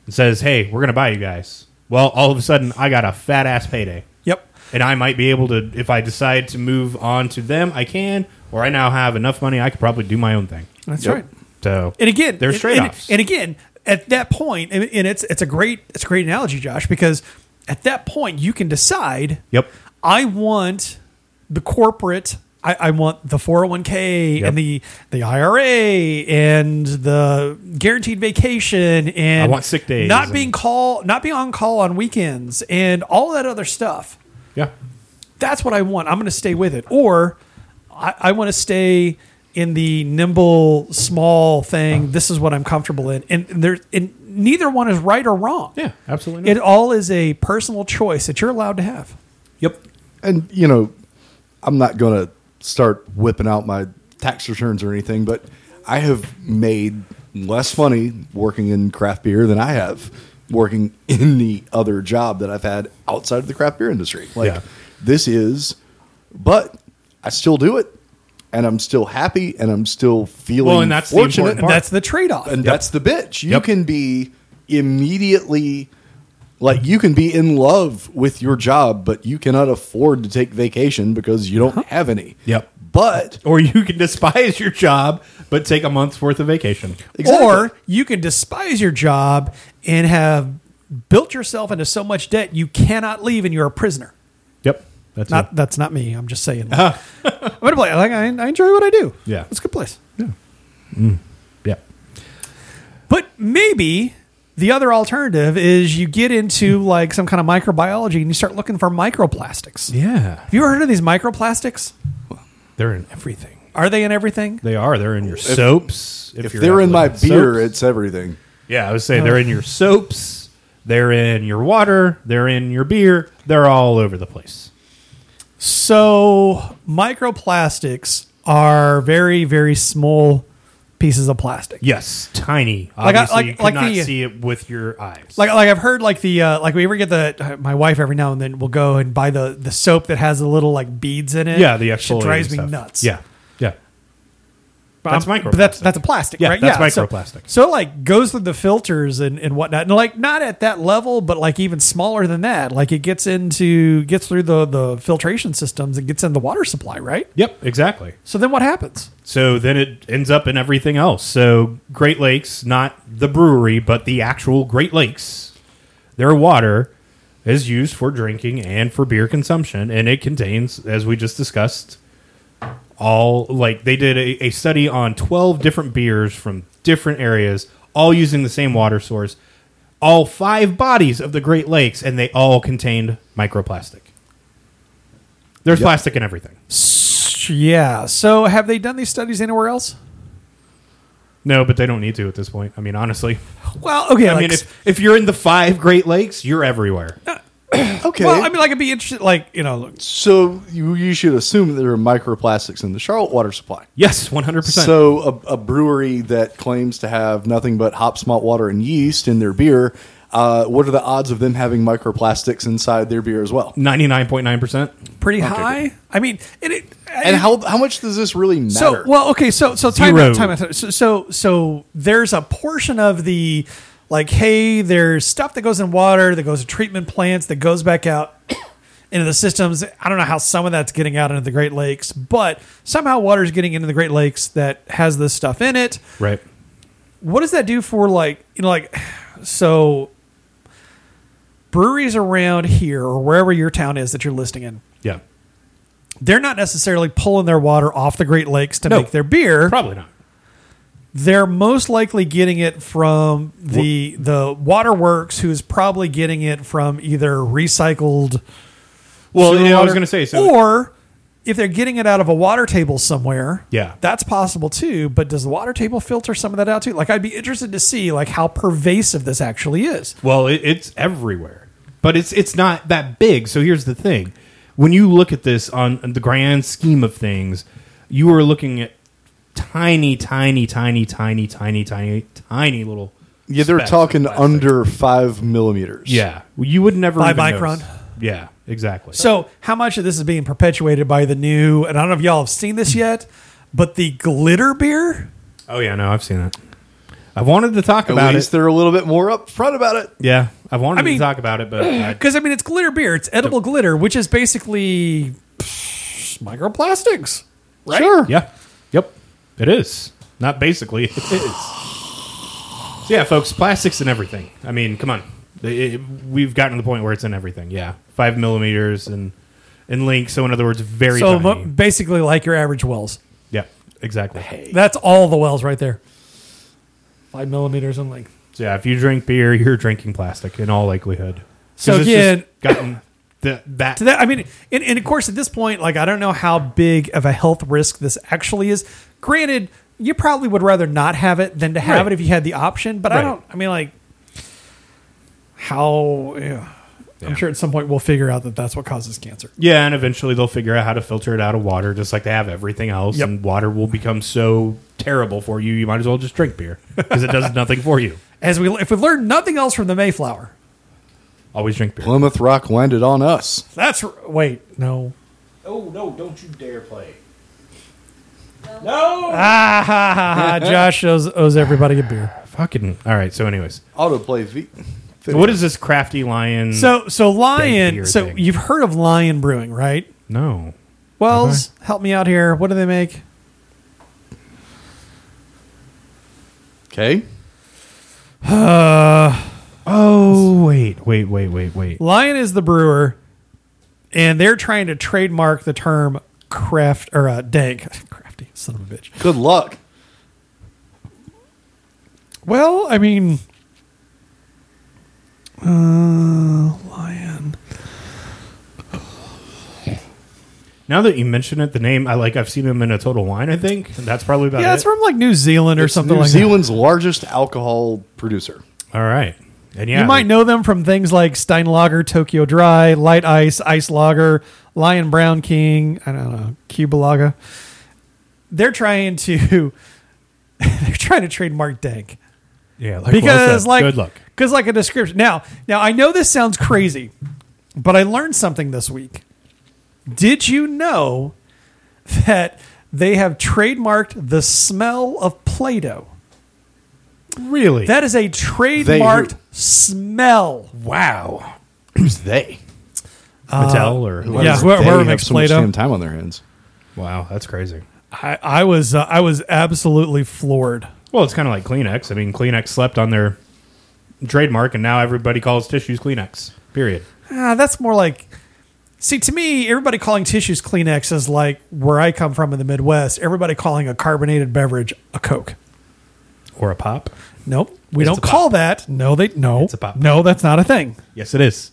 A: and says, "Hey, we're going to buy you guys." Well, all of a sudden, I got a fat ass payday
B: Yep.
A: and I might be able to if I decide to move on to them, I can, or I now have enough money I could probably do my own thing.
B: That's
C: Yep.
B: right.
A: So
B: And again,
A: there's
B: and-
A: trade offs.
B: And, and again, at that point, and, and it's it's a great it's a great analogy, Josh, because at that point you can decide.
A: Yep.
B: I want the corporate. I, I want the 401k
A: Yep.
B: and the the IRA and the guaranteed vacation and
A: I want sick days
B: Not
A: and-
B: being call not being on call on weekends and all that other stuff
A: Yeah.
B: that's what I want. I'm going to stay with it. Or I, I want to stay in the nimble, small
A: Oh.
B: thing. This is what I'm comfortable in. And there, and neither one is right or wrong.
A: Yeah, absolutely.
B: It all is a personal choice that you're allowed to have.
A: yep.
C: and you know, I'm not going to start whipping out my tax returns or anything, but I have made less money working in craft beer than I have working in the other job that I've had outside of the craft beer industry. Like
A: Yeah.
C: this is, but I still do it, and I'm still happy, and I'm still feeling
A: Well, and that's the
C: fortunate.
A: important part.
B: That's the trade off.
C: And that's the bitch. You
A: Yep.
C: can be immediately like you can be in love with your job, but you cannot afford to take vacation because you don't have any.
A: Yep.
C: But
A: Or you can despise your job but take a month's worth of vacation.
C: Exactly.
B: Or you can despise your job and have built yourself into so much debt you cannot leave and you're a prisoner.
A: Yep. That's
B: Not that's not me. I'm just saying. I'm gonna play. Like I, I enjoy what I do.
A: Uh-huh. Yeah.
B: it's a good place.
A: it. Yep.
B: But maybe the other alternative is you get into like some kind of microbiology and you start looking for microplastics.
A: Yeah.
B: Have you ever heard of these microplastics?
A: They're in everything.
B: Are they in everything?
A: They are. They're in your soaps.
C: if
A: you're
C: they're
A: not
C: in my
A: looking at
C: beer,
A: soaps.
C: it's everything.
A: Yeah, I would say they're in your soaps, they're in your water, they're in your beer, they're all over the place.
B: So, microplastics are very, very small pieces of plastic.
A: Yes, tiny.
B: Like I-
A: Obviously,
B: like-
A: you could
B: like
A: not
B: the- uh,
A: see it with your eyes.
B: Like, like I've heard, like the uh, like we ever get the my wife every now and then will go and buy the the soap that has the little like beads in it.
A: Yeah, the
B: Shit
A: exfoliating
B: drives me
A: stuff.
B: nuts.
A: Yeah, yeah,
B: But
A: That's
B: I'm-
A: microplastic.
B: But that's that's a plastic,
A: Yeah,
B: right?
A: that's
B: so-
A: microplastic.
B: So, it like goes through the filters and, and whatnot, and like not at that level, but like even smaller than that. Like it gets into gets through the the filtration systems and gets in the water supply, right?
A: yep, exactly.
B: So then what happens?
A: So then it ends up in everything else. So Great Lakes, not the brewery, but the actual Great Lakes, their water is used for drinking and for beer consumption, and it contains, as we just discussed, all like they did a, a study on 12 different beers from different areas, all using the same water source, all five bodies of the Great Lakes, and they all contained microplastic. There's plastic in everything.
B: S- Yeah. So have they done these studies anywhere else?
A: No, but they don't need to at this point. I mean, honestly.
B: Well, okay.
A: I
B: like,
A: mean, if, if you're in the five Great Lakes, you're everywhere.
C: Uh, Okay.
B: well, I mean, like it'd be interesting, like you know,
C: so you you should assume that there are microplastics in the Charlotte water supply.
A: Yes, 100%.
C: So a, a brewery that claims to have nothing but hop, malt water, and yeast in their beer, uh, what are the odds of them having microplastics inside their beer as well?
A: 99.9%.
B: pretty high. I mean, and it
C: And how how much does this really matter?
B: So well, okay. So so time
A: Zero.
B: out, time out. So, so so there's a portion of the like, hey, there's stuff that goes in water that goes to treatment plants that goes back out into the systems. I don't know how some of that's getting out into the Great Lakes, but somehow water is getting into the Great Lakes that has this stuff in it.
A: Right.
B: What does that do for like you know like so breweries around here or wherever your town is that you're listing in?
A: Yeah.
B: They're not necessarily pulling their water off the Great Lakes to
A: No.
B: make their beer.
A: Probably not.
B: they're most likely getting it from the the waterworks who's probably getting it from either recycled
A: Well,
B: sewer
A: you know, I was
B: water.
A: gonna say, so-
B: or if they're getting it out of a water table somewhere,
A: Yeah.
B: that's possible too. But does the water table filter some of that out too? Like, I'd be interested to see like how pervasive this actually is.
A: Well, it, it's everywhere, but it's it's not that big. So here's the thing: when you look at this on the grand scheme of things, you are looking at tiny, tiny, tiny, tiny, tiny, tiny, tiny little.
C: Yeah, they're
A: specks of
C: talking
A: plastic.
C: under five millimeters.
A: Yeah, you would never
B: By
A: even
B: micron?
A: notice. Yeah, exactly.
B: So, how much of this is being perpetuated by the new? And I don't know if y'all have seen this yet, but the glitter beer.
A: oh yeah, no, I've seen it. I wanted to talk
C: At
A: about
C: least
A: it.
C: they're a little bit more upfront about it.
A: Yeah, I wanted
B: I
A: to
B: mean-
A: talk about it, but I,
B: Because I mean, it's glitter beer. It's edible glitter, which is basically psh, microplastics. Right?
C: Sure.
A: yeah, yep, it is not basically it is. So yeah, folks, plastics and everything. I mean, come on, It- it- we've gotten to the point where it's in everything. Yeah, five millimeters and and length. So in other words, very
B: So
A: tiny.
B: mu- basically, like your average wells.
A: yeah, exactly.
B: That's all the wells right there. Five millimeters in length.
A: So yeah, if you drink beer, you're drinking plastic in all likelihood. 'Cause
B: So
A: it's just
B: again-
A: gotten th- that
B: To that, I mean, and, and of course, at this point, like I don't know how big of a health risk this actually is. Granted, you probably would rather not have it than to have
A: Right.
B: it if you had the option. But I
A: Right.
B: don't. I mean, like how? Yeah.
A: Yeah.
B: I'm sure at some point we'll figure out that that's what causes cancer.
A: Yeah, and eventually they'll figure out how to filter it out of water, just like they have everything else.
B: Yep.
A: And water will become so terrible for you, you might as well just drink beer because it does nothing for you.
B: As we, if we've learned nothing else from the Mayflower,
A: Always drink beer.
C: Plymouth Rock landed on us.
B: that's r- wait, no,
A: Oh no! Don't you dare play. No.
B: ah, ha, ha,
A: Uh-huh.
B: ha, Josh owes, owes everybody a beer.
A: Fucking. All right. So, anyways,
C: Autoplay V.
A: what is this crafty lion?
B: So, so Lion.
A: Mm. beer
B: So
A: thing.
B: you've heard of Lion Brewing, right?
A: no.
B: Wells,
A: Uh-huh.
B: help me out here. What do they make?
C: Okay.
A: Oh wait, wait, wait, wait, wait.
B: Lion is the brewer, and they're trying to trademark the term craft or uh, dank. Crafty son of a bitch.
C: Good luck.
B: Well, I mean, uh, Lion.
A: Now that you mention it, the name I like. I've seen him in a Total Wine. I think and that's probably about
B: Yeah,
A: it.
B: it's from like New Zealand or
C: It's
B: something
C: New
B: like
C: Zealand's largest alcohol producer.
A: All right. And
B: that.
A: yeah,
B: You might know them from things like Steinlager, Tokyo Dry, Light Ice, Ice Lager, Lion Brown King, I don't know, Cuba Lager. They're trying to they're trying to trademark dank.
A: Yeah, like well
B: because
A: said.
B: like
A: good luck.
B: because like a description now now i know this sounds crazy but i learned something this week did you know that they have trademarked the smell of play-doh
A: Really?
B: that is a trademarked smell
A: wow.
C: Who's they?
A: Mattel or Uh, whoever.
B: yeah.
C: Why does
B: whoever-
C: they
B: whoever
C: have
B: makes
C: so much
B: Play-Doh.
C: damn time on their hands.
A: Wow, that's crazy.
B: i, I was uh, i was absolutely floored
A: Well, it's kind of like Kleenex. I mean, Kleenex slept on their trademark, and now everybody calls tissues Kleenex. Period.
B: ah, that's more like See, to me, everybody calling tissues Kleenex is like where I come from in the Midwest, everybody calling a carbonated beverage a Coke.
A: Or a pop.
B: Nope. We
A: It's
B: don't
A: a pop.
B: call that. No, they no.
A: It's a pop.
B: No, that's not a thing.
A: Yes, it is.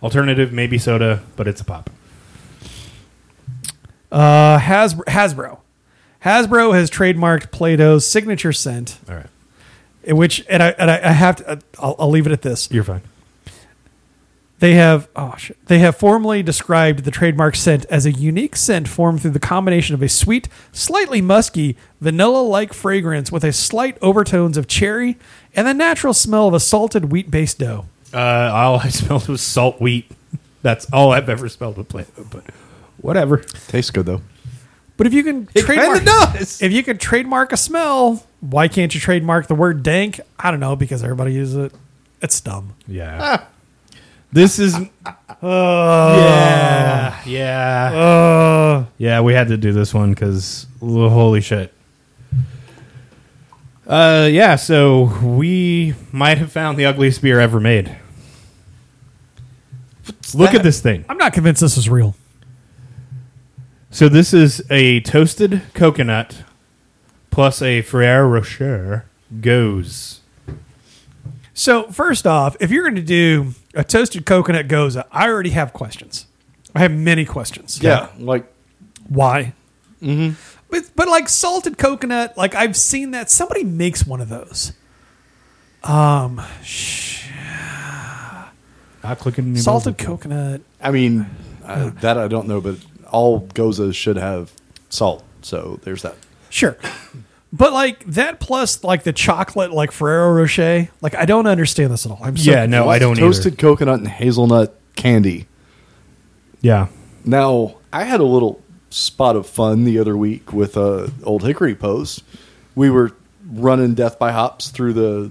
A: Alternative, maybe soda, but it's a pop.
B: Uh Has, Hasbro. Hasbro has trademarked Play-Doh's signature scent,
A: All right,
B: in which and I and I, I have to I'll, I'll leave it at this.
A: you're fine.
B: They have oh shit. They have formally described the trademark scent as a unique scent formed through the combination of a sweet, slightly musky, vanilla-like fragrance with a slight overtones of cherry and the natural smell of a salted wheat-based dough.
A: Uh, all I smelled was salt wheat. That's all I've ever smelled with plant. But whatever.
C: Tastes good though.
B: But if you can
A: It
B: trademark,
A: kinda does.
B: if you can trademark a smell, why can't you trademark the word dank? I don't know because everybody uses it. It's dumb.
A: Yeah. This is. Ah, Oh. yeah. Yeah. Oh. yeah, we had to do this one because holy shit. Uh, yeah, so we might have found the ugliest beer ever made. Look at this thing.
B: I'm not convinced this is real.
A: So this is a toasted coconut plus a Frere Rocher goes.
B: So first off, if you're going to do a toasted coconut goza, I already have questions. I have many questions.
C: Yeah, like
B: Why? Mm-hmm. But but like salted coconut, like I've seen that somebody makes one of those. Um,
A: Not clicking any
B: Salted
A: buttons.
B: coconut.
C: I mean uh, that I don't know, but all gozas should have salt. So there's that.
B: Sure. But like that plus like the chocolate like Ferrero Rocher, like I don't understand this at all. I'm so
A: Yeah, no, I don't
C: Toasted
A: either.
C: coconut and hazelnut candy.
A: Yeah,
C: Now, I had a little spot of fun the other week with a old Hickory post. We were running Death by Hops through the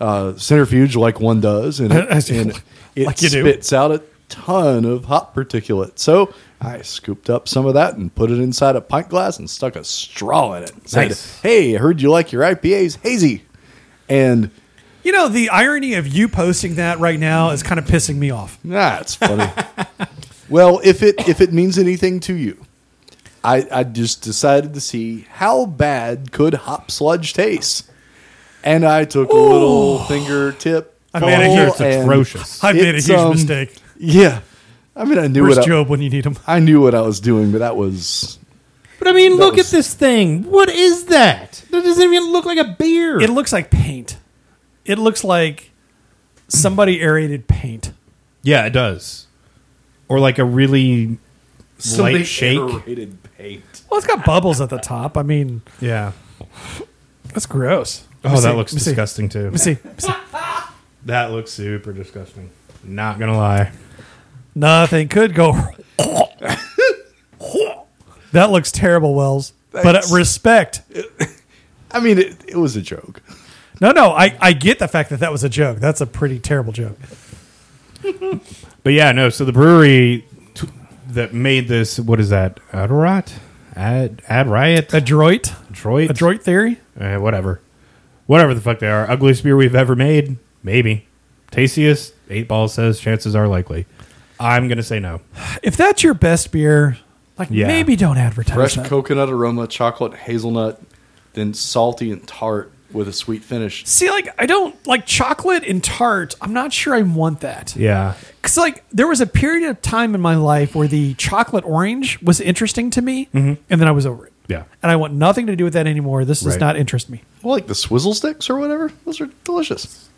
C: uh, centrifuge like one does, and it, and it
B: Like you do.
C: spits out a ton of hop particulate. So I scooped up some of that and put it inside a pint glass and stuck a straw in it. Said,
A: Nice.
C: hey, I heard you like your IPAs hazy, and
B: You know, the irony of you posting that right now is kind of pissing me off.
C: Nah, it's funny. well, if it if it means anything to you, I I just decided to see how bad could hop sludge taste, and I took a little fingertip.
B: I made a
C: full
B: huge-
A: it's
C: and-
A: atrocious.
B: I made a
C: It's,
B: huge
C: um,
B: mistake.
C: Yeah, I mean I knew
B: Where's
C: what I,
B: Job when you need him?
C: I knew what I was doing, but that was
A: But I mean, look
C: was-
A: at this thing. What is that? That doesn't even look like a beer.
B: It looks like paint. It looks like somebody aerated paint.
A: yeah, it does. Or like a really light shake.
C: aerated paint.
B: Well, it's got bubbles at the top. I mean,
A: Yeah.
B: that's gross. Let me
A: Oh,
B: see.
A: that looks
B: Let me see.
A: disgusting too.
B: Let me see. Let me see.
A: That looks super disgusting. Not gonna lie.
B: Nothing could go. wrong. that looks terrible, Wells. But uh,
C: Thanks.
B: respect.
C: I mean it, it was a joke.
B: No, no, I, I get the fact that that was a joke. That's a pretty terrible joke.
A: But yeah, no. So the brewery t- that made this, what is that? Adorot? Ad Ad Riot?
B: Adroit,
A: Detroit?
B: adroit theory.
A: Eh, whatever, whatever the fuck they are. Ugliest beer we've ever made, maybe. Tastiest, eight ball says chances are likely. I'm gonna say no.
B: If that's your best beer, like
A: Yeah.
B: maybe don't advertise
C: Fresh
B: that.
C: coconut aroma, chocolate hazelnut, then salty and tart with a sweet finish.
B: See, like I don't like chocolate and tart. I'm not sure I want that.
A: Yeah,
B: Cause like there was a period of time in my life where the chocolate orange was interesting to me, and then I was over it.
A: Mm-hmm. yeah.
B: And I want nothing to do with that anymore. This does
A: Right.
B: not interest me.
C: I like the swizzle sticks or whatever. Those are delicious.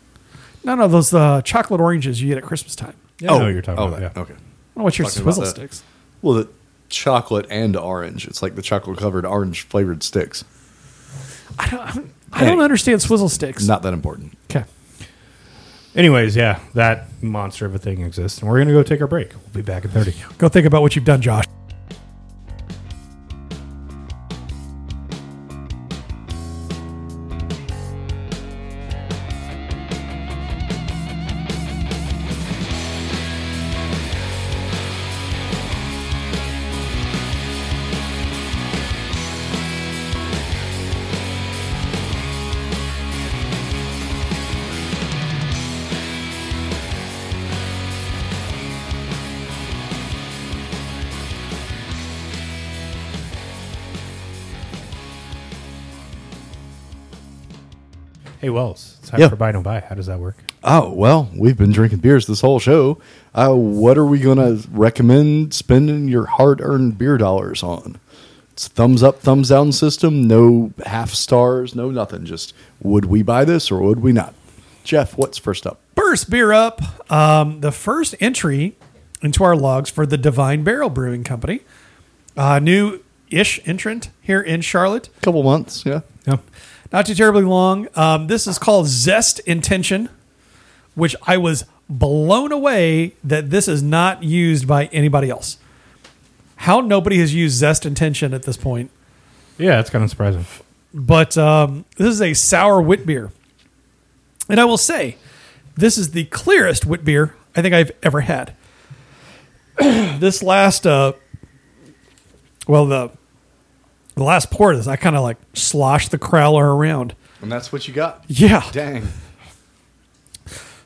B: No, no, those uh, chocolate oranges you get at Christmas time.
A: yeah I know what you're talking
C: oh,
A: about.
C: that,
A: yeah.
B: I
C: Okay.
B: don't know what your
C: Talking about
B: swizzle
C: that.
B: sticks.
C: Well, the chocolate and orange. It's like the chocolate covered orange flavored sticks.
B: I don't. I'm, I don't
C: Hey.
B: understand swizzle sticks.
C: Not that important.
B: Okay.
A: Anyways, yeah, that monster of a thing exists, and we're gonna go take our break. We'll be back in thirty.
B: Go think about what you've done, Josh.
A: Hey Wells, it's time
C: Yeah.
A: for buy don't buy. How does that work?
C: Oh, well, we've been drinking beers this whole show. Uh, what are we going to recommend spending your hard earned beer dollars on? It's thumbs up, thumbs down system. No half stars, no nothing. Just would we buy this or would we not? Jeff, what's first up?
B: First beer up. Um, the first entry into our logs for the Divine Barrel Brewing Company, uh, new ish entrant here in Charlotte.
C: couple months, yeah.
A: No.
B: Not too terribly long. Um, this is called Zest Intention, which I was blown away that this is not used by anybody else. How nobody has used Zest Intention at this point.
A: Yeah, it's kind of surprising.
B: But um, this is a sour wit beer. And I will say, this is the clearest wit beer I think I've ever had. this last, uh, well, the, the last pour of this, I kind of like sloshed the crowler around.
C: And that's what you got.
B: Yeah.
C: Dang.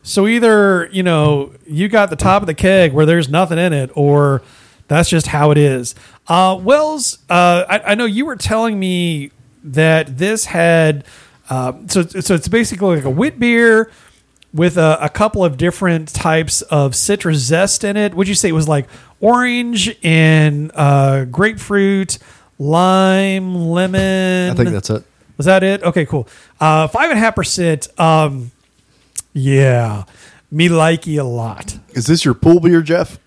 B: So either, you know, you got the top of the keg where there's nothing in it, or that's just how it is. Uh, Wells, uh, I, I know you were telling me that this had, uh, so, so it's basically like a wit beer with a, a couple of different types of citrus zest in it. Would you say it was like orange and uh, grapefruit, lime, lemon?
C: I think that's it.
B: Was that it? Okay, cool. Uh, five and a half percent. Um, yeah, me likey a lot.
C: Is this your pool beer, Jeff?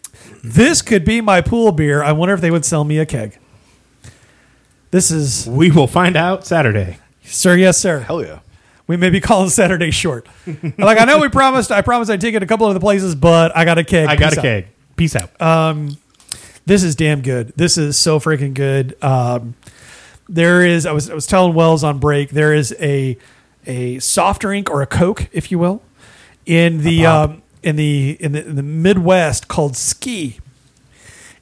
B: This could be my pool beer. I wonder if they would sell me a keg. This is
A: We will find out Saturday.
B: sir, yes, sir.
C: Hell yeah.
B: We may be calling Saturday short. like I know we promised. I promised I'd take it a couple other places, but I got a keg.
A: I got
B: Peace
A: a
B: out.
A: keg. Peace out.
B: Uh, This is damn good. This is so freaking good. Um, there is. I was. I was telling Wells on break. There is a a soft drink or a Coke, if you will, in the
A: pop.
B: um, in the in the in the Midwest called Ski.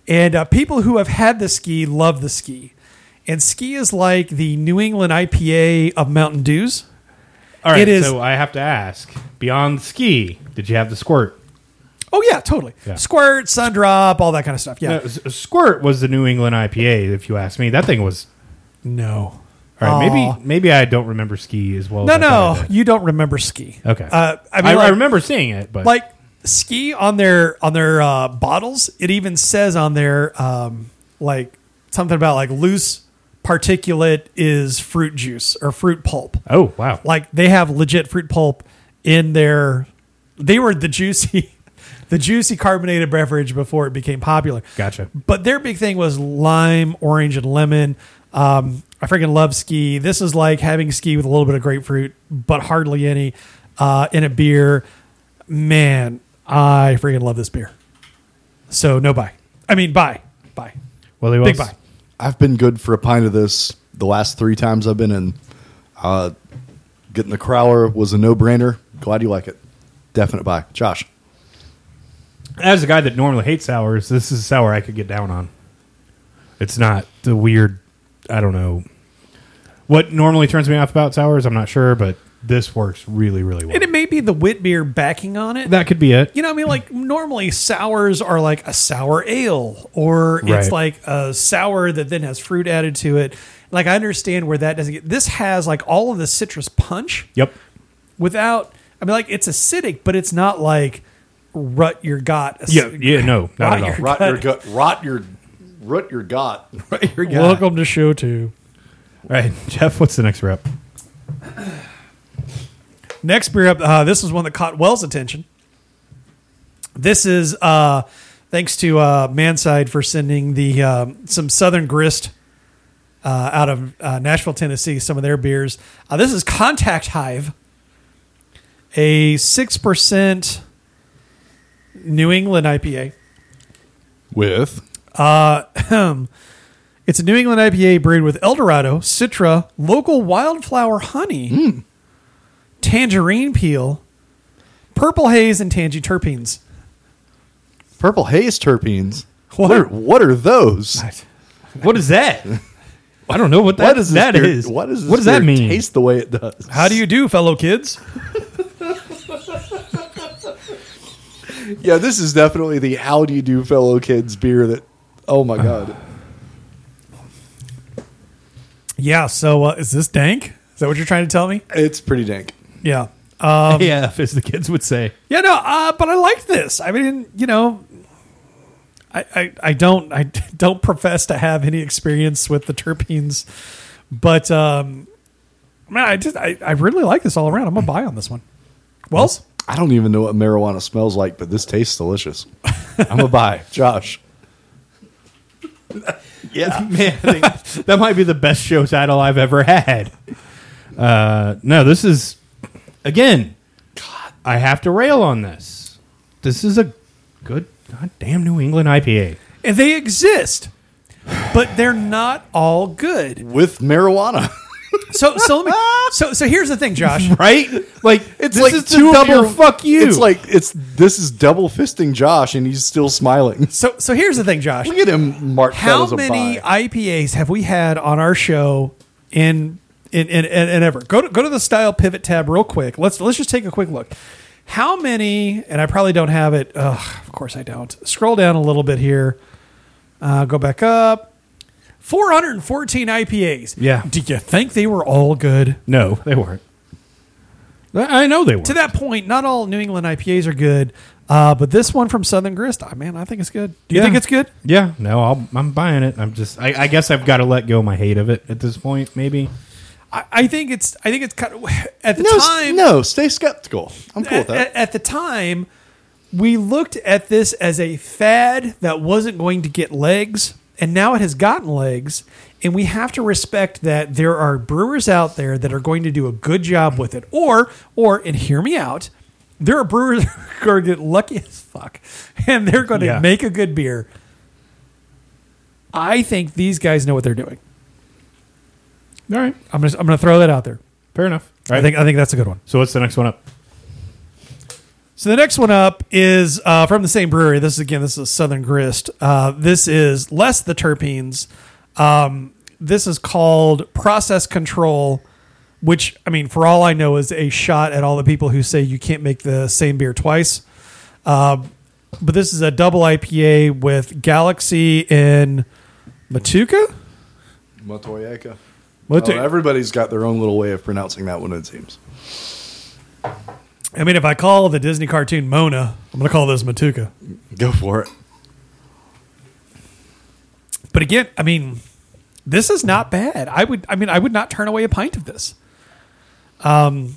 B: And uh, people who have had the ski love the ski. And ski is like the New England IPA of Mountain Dews.
A: All right.
B: it is-
A: So I have to ask beyond ski, did you have the squirt?
B: Oh yeah, totally.
A: Yeah.
B: Squirt, sun drop, all that kind of stuff.
A: No,
B: Yeah.
A: Uh, S- squirt was the New England IPA, if you ask me. That thing was.
B: No.
A: All right.
B: Aw.
A: Maybe maybe I don't remember ski as well
B: No,
A: as I thought I
B: no,
A: did.
B: you don't remember ski.
A: Okay.
B: Uh, I
A: I,
B: mean,
A: I,
B: like,
A: remember seeing it, but.
B: like ski on their on their uh, bottles. It even says on their um, like something about like loose particulate is fruit juice or fruit pulp.
A: oh, wow.
B: Like they have legit fruit pulp in their. They were the juicy, the juicy carbonated beverage before it became popular.
A: Gotcha.
B: But their big thing was lime, orange, and lemon. Um, I freaking love ski. This is like having ski with a little bit of grapefruit, but hardly any uh, in a beer. Man, I freaking love this beer. So no buy. I mean buy, buy,
A: Well, he
B: big
A: was.
B: buy.
C: I've been good for a pint of this the last three times I've been in. Uh, getting the Crowler was a no brainer. Glad you like it. Definite buy. Josh.
A: As a guy that normally hates sours, this is a sour I could get down on. It's not the weird. I don't know. What normally turns me off about sours, I'm not sure, but this works really, really well.
B: And it may be the wit beer backing on it.
A: that could be it.
B: you know, I mean, like normally sours are like a sour ale, or it's
A: Right.
B: like a sour that then has fruit added to it. Like I understand where that doesn't get. This has like all of the citrus punch
A: Yep.
B: without. I mean, like it's acidic, but it's not like rut your gut.
A: Yeah. Yeah. No. Not at all.
B: Roger.
C: Rot your gut. Rot your. Rot your gut.
B: Welcome to show two.
A: All right, Jeff. What's the next rep?
B: Next beer up, uh, this is one that caught Wells' attention. This is uh, thanks to uh, Manside for sending the um, some Southern Grist uh, out of uh, Nashville, Tennessee, some of their beers. Uh, this is Contact Hive, a six percent New England IPA.
C: With.
B: It's a New England IPA brewed with Eldorado, Citra, local wildflower honey, tangerine peel, purple haze, and tangy terpenes.
C: Purple haze terpenes.
B: What?
C: What, are, what are those?
A: What is that? I don't know what that
C: What is
A: is.
C: this
A: That
C: beer-
A: is.
C: What, is this
A: what does that
C: beer
A: mean?
C: Taste the way it does.
B: How do you do, fellow kids?
C: Yeah, this is definitely the how do you do, fellow kids beer that. Oh my god.
B: Yeah. So uh, is this dank? Is that what you're trying to tell me?
C: It's pretty dank.
B: Yeah.
A: AF, Um, as the kids would say.
B: Yeah. No. Uh, but I like this. I mean, you know, I, I I don't I don't profess to have any experience with the terpenes, but um, man, I just I, I really like this all around. I'm gonna buy on this one. Wells.
C: I don't even know what marijuana smells like, but this tastes delicious. I'm a buy, Josh. yeah,
A: Man, I think that might be the best show title I've ever had. Uh, no, this is again. I have to rail on this. This is a good goddamn New England IPA.
B: And they exist, but they're not all good.
C: with marijuana.
B: So so let me, so so here's the thing, Josh.
A: Right? Like
C: It's
A: this
C: like
A: is
C: two
A: the
C: of
A: double
C: your-
A: fuck you.
C: It's like it's this is double fisting Josh, and he's still smiling.
B: So so here's the thing, Josh.
C: Look at him, Mark.
B: How
C: Fellows, a
B: many
C: buy.
B: IPAs have we had on our show in in, in, in, in ever? Go to go to the style pivot tab real quick. Let's let's just take a quick look. How many? And I probably don't have it. Ugh, of course I don't. Scroll down a little bit here. Uh, go back up. 414 IPAs.
A: Yeah.
B: Do you think they were all good?
A: no, they weren't. I I know they were.
B: To that point, not all New England IPAs are good, uh, but this one from Southern Grist, ah, man, I think it's good. Do you
A: Yeah.
B: think it's good?
A: Yeah, no, I'll, I'm buying it. I'm just, I, I guess I've got to let go my hate of it at this point. Maybe
B: I, I think it's. I think it's kind of at the
C: No, s-
B: time. Eh,
C: no, stay skeptical. I'm cool with
B: at,
C: that.
B: at- at the time, we looked at this as a fad that wasn't going to get legs, and now it has gotten legs. And we have to respect that there are brewers out there that are going to do a good job with it, or or and hear me out. There are brewers who are going to get lucky as fuck, and they're going to
A: Yeah.
B: make a good beer. I think these guys know what they're doing.
A: all right,
B: I'm gonna, I'm gonna throw that out there.
A: fair enough. All
B: I
A: right,
B: think I think that's a good one.
A: so. What's the next one up?
B: So the next one up is uh, from the same brewery. This is again, this is Southern Grist. Uh, this is less the terpenes. Um, this is called Process Control, which I mean, for all I know, is a shot at all the people who say you can't make the same beer twice. Um, but this is a double IPA with Galaxy in Matuka.
C: Matoyeka.
B: Matu-
C: Oh, everybody's got their own little way of pronouncing that one, it seems.
B: I mean, if I call the Disney cartoon Mona, I'm going to call this Matuka.
C: Go for it.
B: But again, I mean, this is not bad. I would, I mean, I would not turn away a pint of this. Um,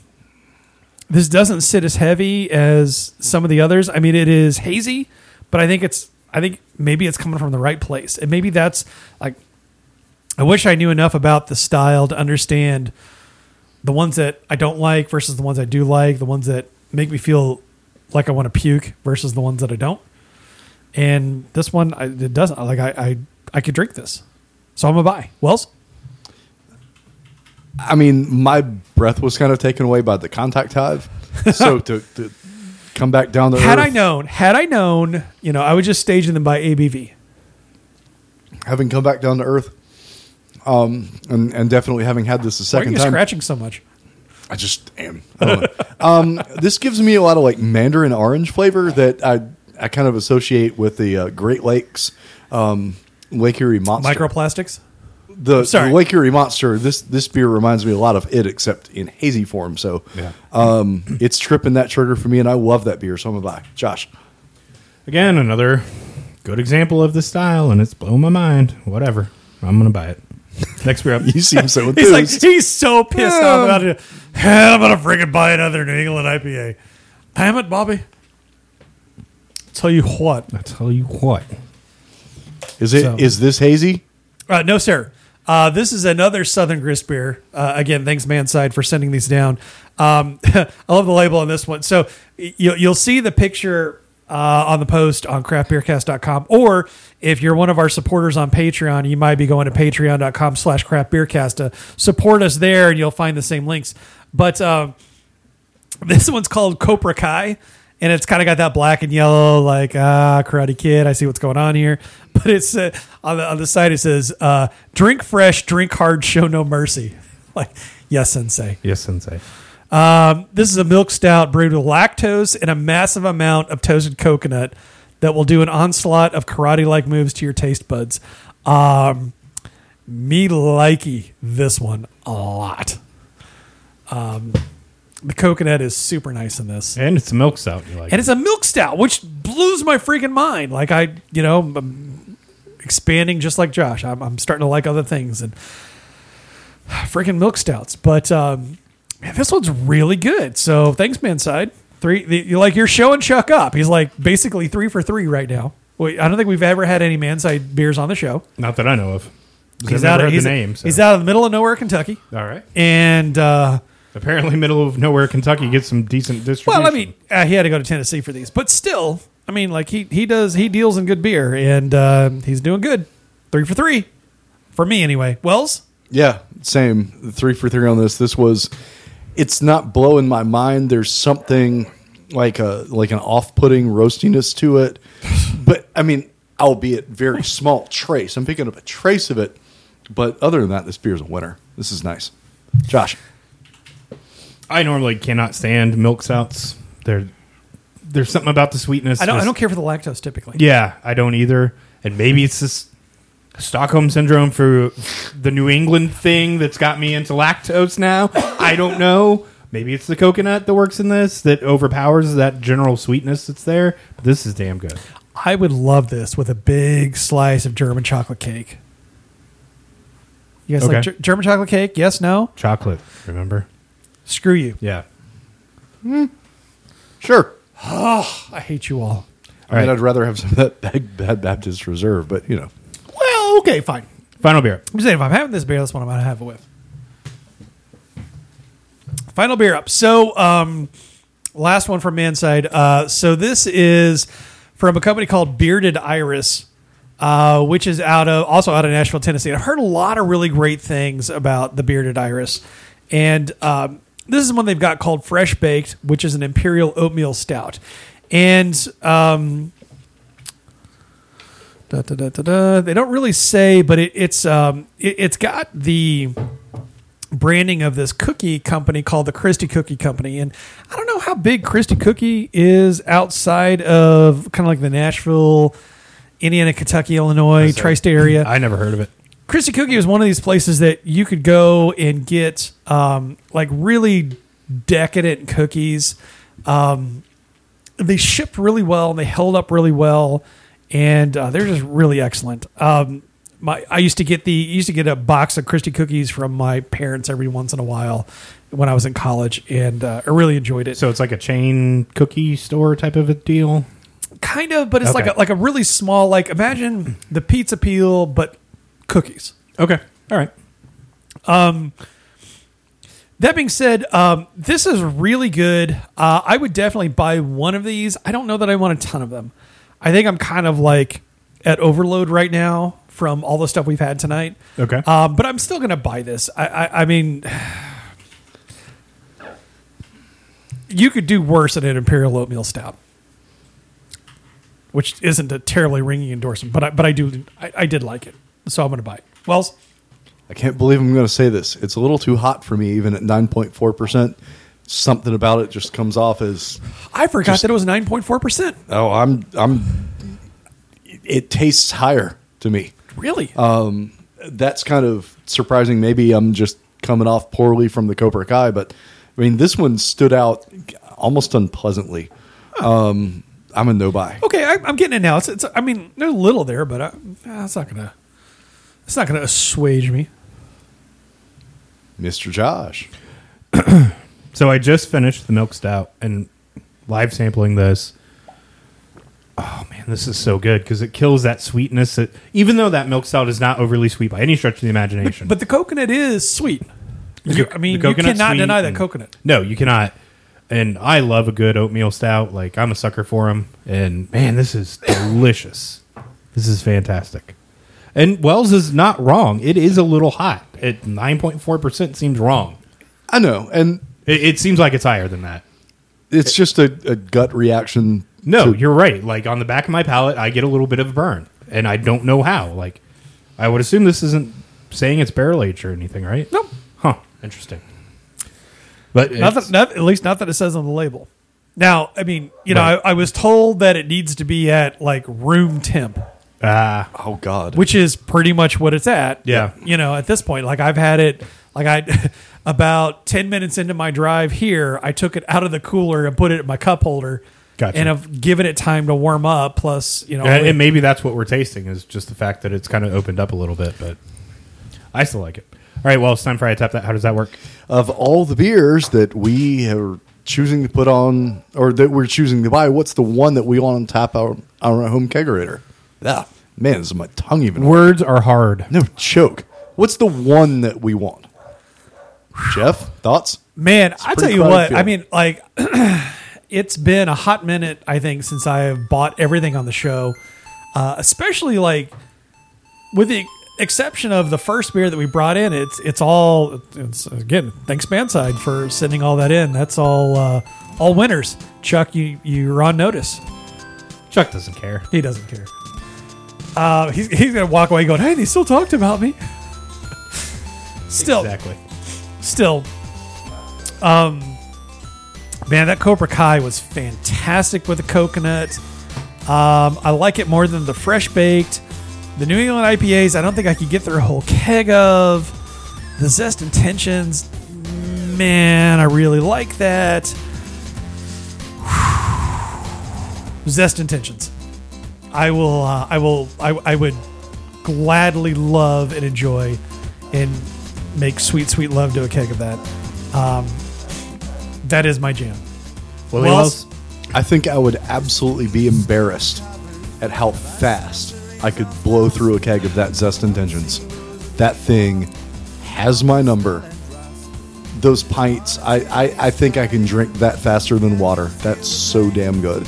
B: this doesn't sit as heavy as some of the others. I mean, it is hazy, but I think it's, I think maybe it's coming from the right place, and maybe that's like, I wish I knew enough about the style to understand the ones that I don't like versus the ones I do like, the ones that make me feel like I want to puke versus the ones that I don't and this one I, it doesn't like I, I I could drink this, so I'm gonna buy. Wells,
C: I mean, my breath was kind of taken away by the contact hive. So to, to come back down the
B: had
C: earth,
B: I known, had I known, you know, I was just staging them by ABV.
C: having come back down to earth, um, and, and definitely having had this a
B: Why are
C: second
B: you
C: time,
B: scratching so much?
C: I just am. I don't know. um, this gives me a lot of like mandarin orange flavor that I I kind of associate with the uh, Great Lakes, um, Lake Erie monster.
B: Microplastics.
C: the,
B: Sorry.
C: the Lake Erie Monster. This this beer reminds me a lot of it, except in hazy form. So,
A: Yeah.
C: um, it's tripping that trigger for me, and I love that beer. So I'm gonna buy. Josh,
A: Again, another good example of the style, and it's blown my mind. Whatever, I'm gonna buy it. Next beer up.
C: you seem so
B: He's like
C: enthused.
B: he's so pissed off
A: Yeah.
B: about it. Hell, I'm gonna friggin' buy another New England IPA. Damn it, Bobby. Tell you what.
A: I tell you what,
C: is it is
B: so-
C: this hazy?
B: Uh, no, sir. Uh, this is another Southern Grist beer. Uh, again, thanks Manside for sending these down. Um, I love the label on this one. So y- you'll, you'll see the picture uh, on the post on craftbeercast.com. Or if you're one of our supporters on Patreon, you might be going to patreon.com slash craftbeercast to support us there, and you'll find the same links. But um, this one's called Cobra Kai, and it's kind of got that black and yellow, like ah, Karate Kid. I see what's going on here, but it's uh, on the on the side. It says, uh, "Drink fresh, drink hard, show no mercy." Like, yes, Sensei.
A: yes, Sensei.
B: Um, this is a milk stout brewed with lactose and a massive amount of toasted coconut that will do an onslaught of karate-like moves to your taste buds. Um, me likey this one a lot. Um, the coconut is super nice in this.
A: And it's a milk stout. You like?
B: And it's a milk stout, which blows my freaking mind. Like I, you know, I'm expanding just like Josh. I'm, I'm starting to like other things and freaking milk stouts. But um, man, this one's really good. So thanks, Manside. Three, the, you're like you're showing Chuck up. He's like basically three for three right now. Wait, I don't think we've ever had any Manside beers on the show.
A: Not that I know of. 'Cause I've
B: He's
A: never
B: out, of,
A: heard
B: he's,
A: the name. so.
B: he's out of the middle of nowhere, Kentucky,
A: All right.
B: and. uh
A: Apparently, middle of nowhere Kentucky gets some decent distribution.
B: Well, I mean, uh, he had to go to Tennessee for these, but still, I mean, like he he does he deals in good beer, and uh, he's doing good. Three for three, for me anyway. Wells,
C: Yeah, same. Three for three on this. This was. It's not blowing my mind. There's something like a like an off-putting roastiness to it, but I mean, albeit very small trace. I'm picking up a trace of it, but other than that, this beer's a winner. This is nice. Josh,
A: I normally cannot stand milk stouts. There, there's something about the sweetness.
B: I don't I
A: just-
B: don't care for the lactose typically.
A: Yeah, I don't either. And maybe it's this Stockholm syndrome for the New England thing that's got me into lactose now. I don't know, Maybe it's the coconut that works in this that overpowers that general sweetness that's there. But this is damn good.
B: I would love this with a big slice of German chocolate cake. You guys like
A: Okay.
B: Ger- German chocolate cake? Yes, no?
A: Chocolate, remember?
B: Screw you.
A: Yeah.
C: Sure.
B: I hate you all.
A: All
C: I mean,
A: right.
C: I'd rather have some of that bad, bad Baptist Reserve, but you know,
B: Well, okay, fine.
A: Final beer.
B: I'm just saying, if I'm having this beer, that's what I'm going to have it with. Final beer up. So, um, last one from Manside. Uh, so this is from a company called Bearded Iris, uh, which is out of also out of Nashville, Tennessee. And I've heard a lot of really great things about the Bearded Iris, and um, this is one they've got called Fresh Baked, which is an imperial oatmeal stout. And um, da, da, da, da, da, they don't really say, but it, it's um, it, it's got the branding of this cookie company called the Christie Cookie Company. And I don't know how big Christie Cookie is outside of kind of like the Nashville, Indiana, Kentucky, Illinois,
A: That's right.
B: tri state area.
A: I never heard of it.
B: Christie Cookie was one of these places that you could go and get um, like really decadent cookies. Um, they shipped really well and they held up really well, and uh, they're just really excellent. Um, my I used to get the used to get a box of Christie cookies from my parents every once in a while when I was in college, and uh, I really enjoyed it.
A: So it's like a chain cookie store type of a deal.
B: kind of, but it's
A: Okay.
B: like a, like a really small like imagine the pizza peel but cookies.
A: Okay. All right.
B: That being said, um, this is really good. Uh, I would definitely buy one of these. I don't know that I want a ton of them. I think I'm kind of like at overload right now from all the stuff we've had tonight.
A: Okay.
B: Um, but I'm still going to buy this. I, I, I mean, you could do worse than an Imperial Oatmeal Stout, which isn't a terribly ringing endorsement, but I, but I do I, I did like it, so I'm going to buy it. Wells,
C: I can't believe I'm going to say this. It's a little too hot for me, even at 9.4%. Something about it just comes off as,
B: I forgot that it was 9.4 percent.
C: oh, I'm, I'm, it tastes higher to me.
B: Really?
C: that's kind of surprising. Maybe I'm just coming off poorly from the Cobra Kai, but I mean, this one stood out almost unpleasantly. Um, I'm a no buy.
B: Okay, I, I'm getting it now. It's, it's I mean, there's a little there, but I, ah, it's not gonna, it's not gonna assuage me.
C: Mr. Josh.
A: So I just finished the milk stout and live sampling this. Oh man, this is so good because it kills that sweetness. That, even though that milk stout is not overly sweet by any stretch of the imagination,
B: But the coconut is sweet. You- I mean,
A: the
B: you
A: coconut's
B: cannot
A: sweet
B: deny that
A: and-
B: coconut.
A: No, you cannot. And I love a good oatmeal stout. Like I'm a sucker for them. And man, this is delicious. This is fantastic. And Wells is not wrong. It is a little hot. At 9.4% seems wrong.
C: I know, and
A: It, it seems like it's higher than that.
C: it's just a, a gut reaction.
A: No,
C: to-
A: you're right. Like on the back of my palate, I get a little bit of a burn, and I don't know how. Like, I would assume this isn't saying it's barrel aged or anything, right?
B: Nope.
A: Huh. Interesting. But
B: Not that,
A: it's-
B: not, at least not that it says on the label. Now, I mean, you know,
A: Right.
B: I, I was told that it needs to be at like room temp,
A: ah,
C: oh God,
B: which is pretty much what it's at.
A: Yeah.
B: You know, at this point, like I've had it, like I, about 10 minutes into my drive here, I took it out of the cooler and put it in my cup holder.
A: Gotcha.
B: And I've given it time to warm up. Plus, you know,
A: and,
B: it-
A: and maybe that's what we're tasting is just the fact that it's kind of opened up a little bit. But I still like it. All right. Well, it's time for I tap that. How does that work?
C: of all the beers that we are choosing to put on, or that we're choosing to buy, what's the one that we want on tap our our home kegerator? Yeah, man, is my tongue even
A: Words are hard.
C: No joke. What's the one that we want? Jeff, thoughts?
B: Man, I tell
C: pretty
B: you
C: crowded
B: what.
C: field.
B: I mean, like, it's been a hot minute. I think since I have bought everything on the show, uh, especially like with the exception of the first beer that we brought in. It's it's all it's again. Thanks, Banside, for sending all that in. That's all uh, all winners. Chuck, you you're on notice.
A: Chuck doesn't care.
B: He doesn't care. Uh, he's he's gonna walk away going, "Hey, they still talked about me." still,
A: Exactly.
B: still um man that cobra kai was fantastic with the coconut um i like it more than the fresh baked the new england ipas i don't think i could get through a whole keg of the zest and tensions man, I really like that. Zest intentions. I will. Uh, I will. I, I would gladly love and enjoy, and make sweet, sweet love to a keg of that. Um, that is my jam.
A: Willie
B: Well,
A: Wells?
C: I think I would absolutely be embarrassed at how fast I could blow through a keg of that Zest Intentions. That thing has my number. Those pints, I, I, I think I can drink that faster than water. That's so damn good.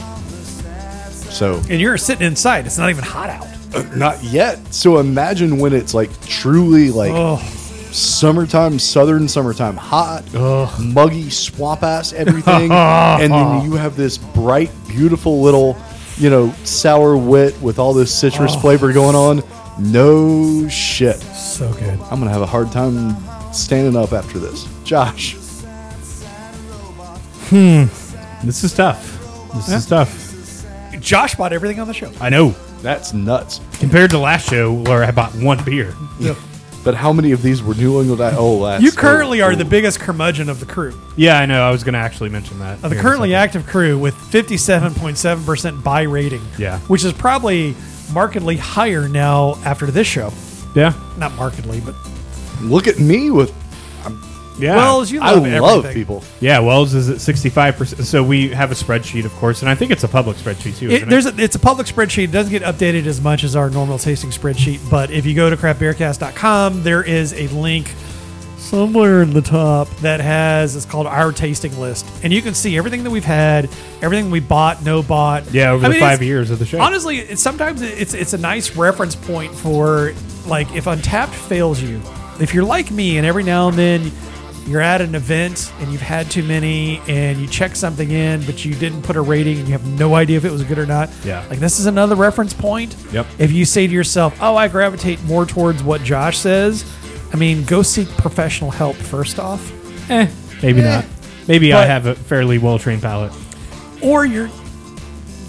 C: So,
B: And you're sitting inside. It's not even hot out.
C: not yet. So, imagine when it's like truly like
B: Oh,
C: summertime, southern summertime, hot, muggy, swamp ass, everything. and then you have this bright, beautiful little, you know, sour wit with all this citrus flavor going on. No shit.
B: so good.
C: I'm going to have a hard time standing up after this. Josh.
A: This is tough. This is tough.
B: Josh bought everything on the show.
A: I know.
C: That's nuts.
A: Compared to last show where I bought one beer.
C: But how many of these were New England I Oh, last?
B: You currently are the biggest curmudgeon of the crew,
A: Yeah, I know. I was going to actually mention that.
B: of the
A: here in a
B: currently
A: second.
B: active crew, with 57.7% buy rating.
A: Yeah.
B: Which is probably markedly higher now after this show.
A: Yeah.
B: Not markedly, but.
C: Look at me with.
A: Yeah.
B: Wells, you
C: I
B: love
C: love
B: everything.
C: people.
A: yeah, Wells is at 65%. So we have a spreadsheet, of course, and I think it's a public spreadsheet, too.
B: It-
A: isn't it?
B: there's a, it's a public spreadsheet. It doesn't get updated as much as our normal tasting spreadsheet, but if you go to craftbeercast.com, there is a link somewhere in the top that has it's called our tasting list, and you can see everything that we've had, everything we bought, no bought.
A: Yeah, over
B: I
A: the
B: mean,
A: five
B: it's-
A: years of the show.
B: Honestly, it's, sometimes it's it's a nice reference point for like if Untapped fails you, if you're like me and every now and then you're at an event and you've had too many and you check something in but you didn't put a rating and you have no idea if it was good or not.
A: Yeah.
B: Like this is another reference point.
A: Yep.
B: If you say to yourself, "Oh, I gravitate more towards what Josh says," I mean, go seek professional help first off.
A: Maybe not. Maybe I
B: But-
A: have a fairly well trained palate.
B: or you're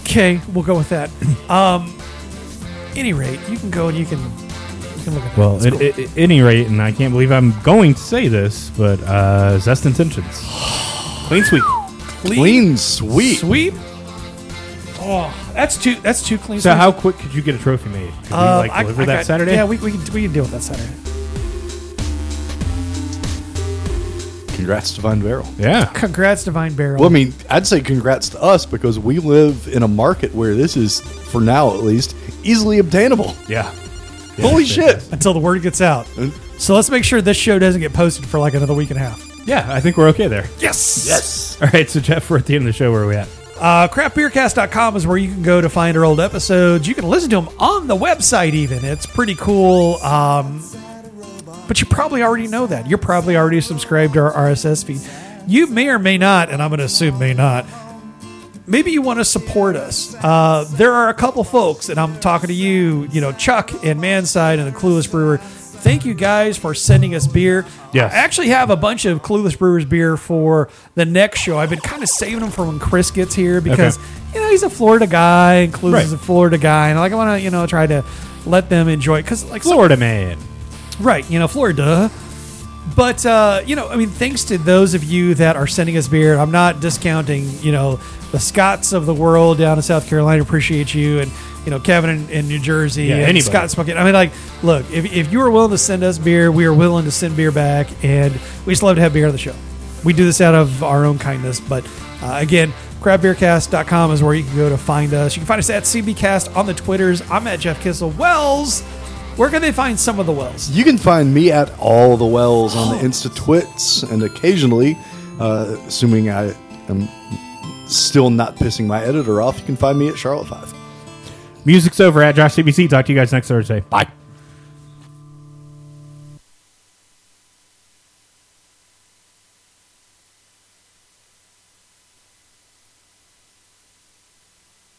B: okay we'll go with that um any rate you can go and you can you can look at that
A: Well,
B: It's
A: at,
B: cool.
A: at- at any rate, and I can't believe I'm going to say this, but uh, Zest Intentions. Clean sweep.
C: Clean sweep.
B: sweep oh that's too that's too clean
A: So,
B: sweep.
A: how quick could you get a trophy made? Could
B: Uh,
A: we like
B: I-
A: deliver
B: I
A: that
B: got-
A: Saturday?
B: yeah we, we, can, we can deal with that saturday
C: Congrats to Von Barrel.
A: yeah.
B: congrats divine barrel
C: Well, I mean, I'd say congrats to us because we live in a market where this is, for now at least, easily obtainable.
A: Yeah.
C: Holy
A: it's
C: shit!
B: until the word gets out
A: Uh,
B: so let's make sure this show doesn't get posted for like another week and a half
A: Yeah, I think we're okay there.
B: yes
C: Yes.
A: All right, so Jeff, we're at the end of the show. Where are we at?
B: Uh, craftbeercast.com is where you can go to find our old episodes. You can listen to them on the website, even. It's pretty cool. Um, but you probably already know that. You're probably already subscribed to our RSS feed. You may or may not, and I'm going to assume may not. Maybe you want to support us. Uh, there are a couple folks, and I'm talking to you, you know, Chuck and Manside and the Clueless Brewer. Thank you guys for sending us beer.
A: Yes.
B: I actually have a bunch of Clueless Brewers beer for the next show. I've been kind of saving them for when Chris gets here because, you know, he's a Florida guy and Clueless
A: Right.
B: is a Florida guy. And like, I want to, you know, try to let them enjoy it because, like, some-
A: Florida man.
B: Right, you know, Florida. But uh, you know, I mean, thanks to those of you that are sending us beer, I'm not discounting. You know, the Scots of the world down in South Carolina appreciate you, and you know, Kevin in, in New Jersey,
A: Yeah,
B: and
A: anybody.
B: Scott Smoking. I mean, like, look, if, if you are willing to send us beer, we are willing to send beer back, and we just love to have beer on the show. We do this out of our own kindness, but uh, again, crabbeercast.com is where you can go to find us. You can find us at CBcast on the Twitters. I'm at Jeff Kissel Wells. Where can they find some of the Wells?
C: You can find me at all the wells on the Insta Twits and occasionally, uh, assuming I am still not pissing my editor off, you can find me at Charlotte Five.
A: Music's over at Josh CBC. Talk to you guys next Thursday.
C: Bye.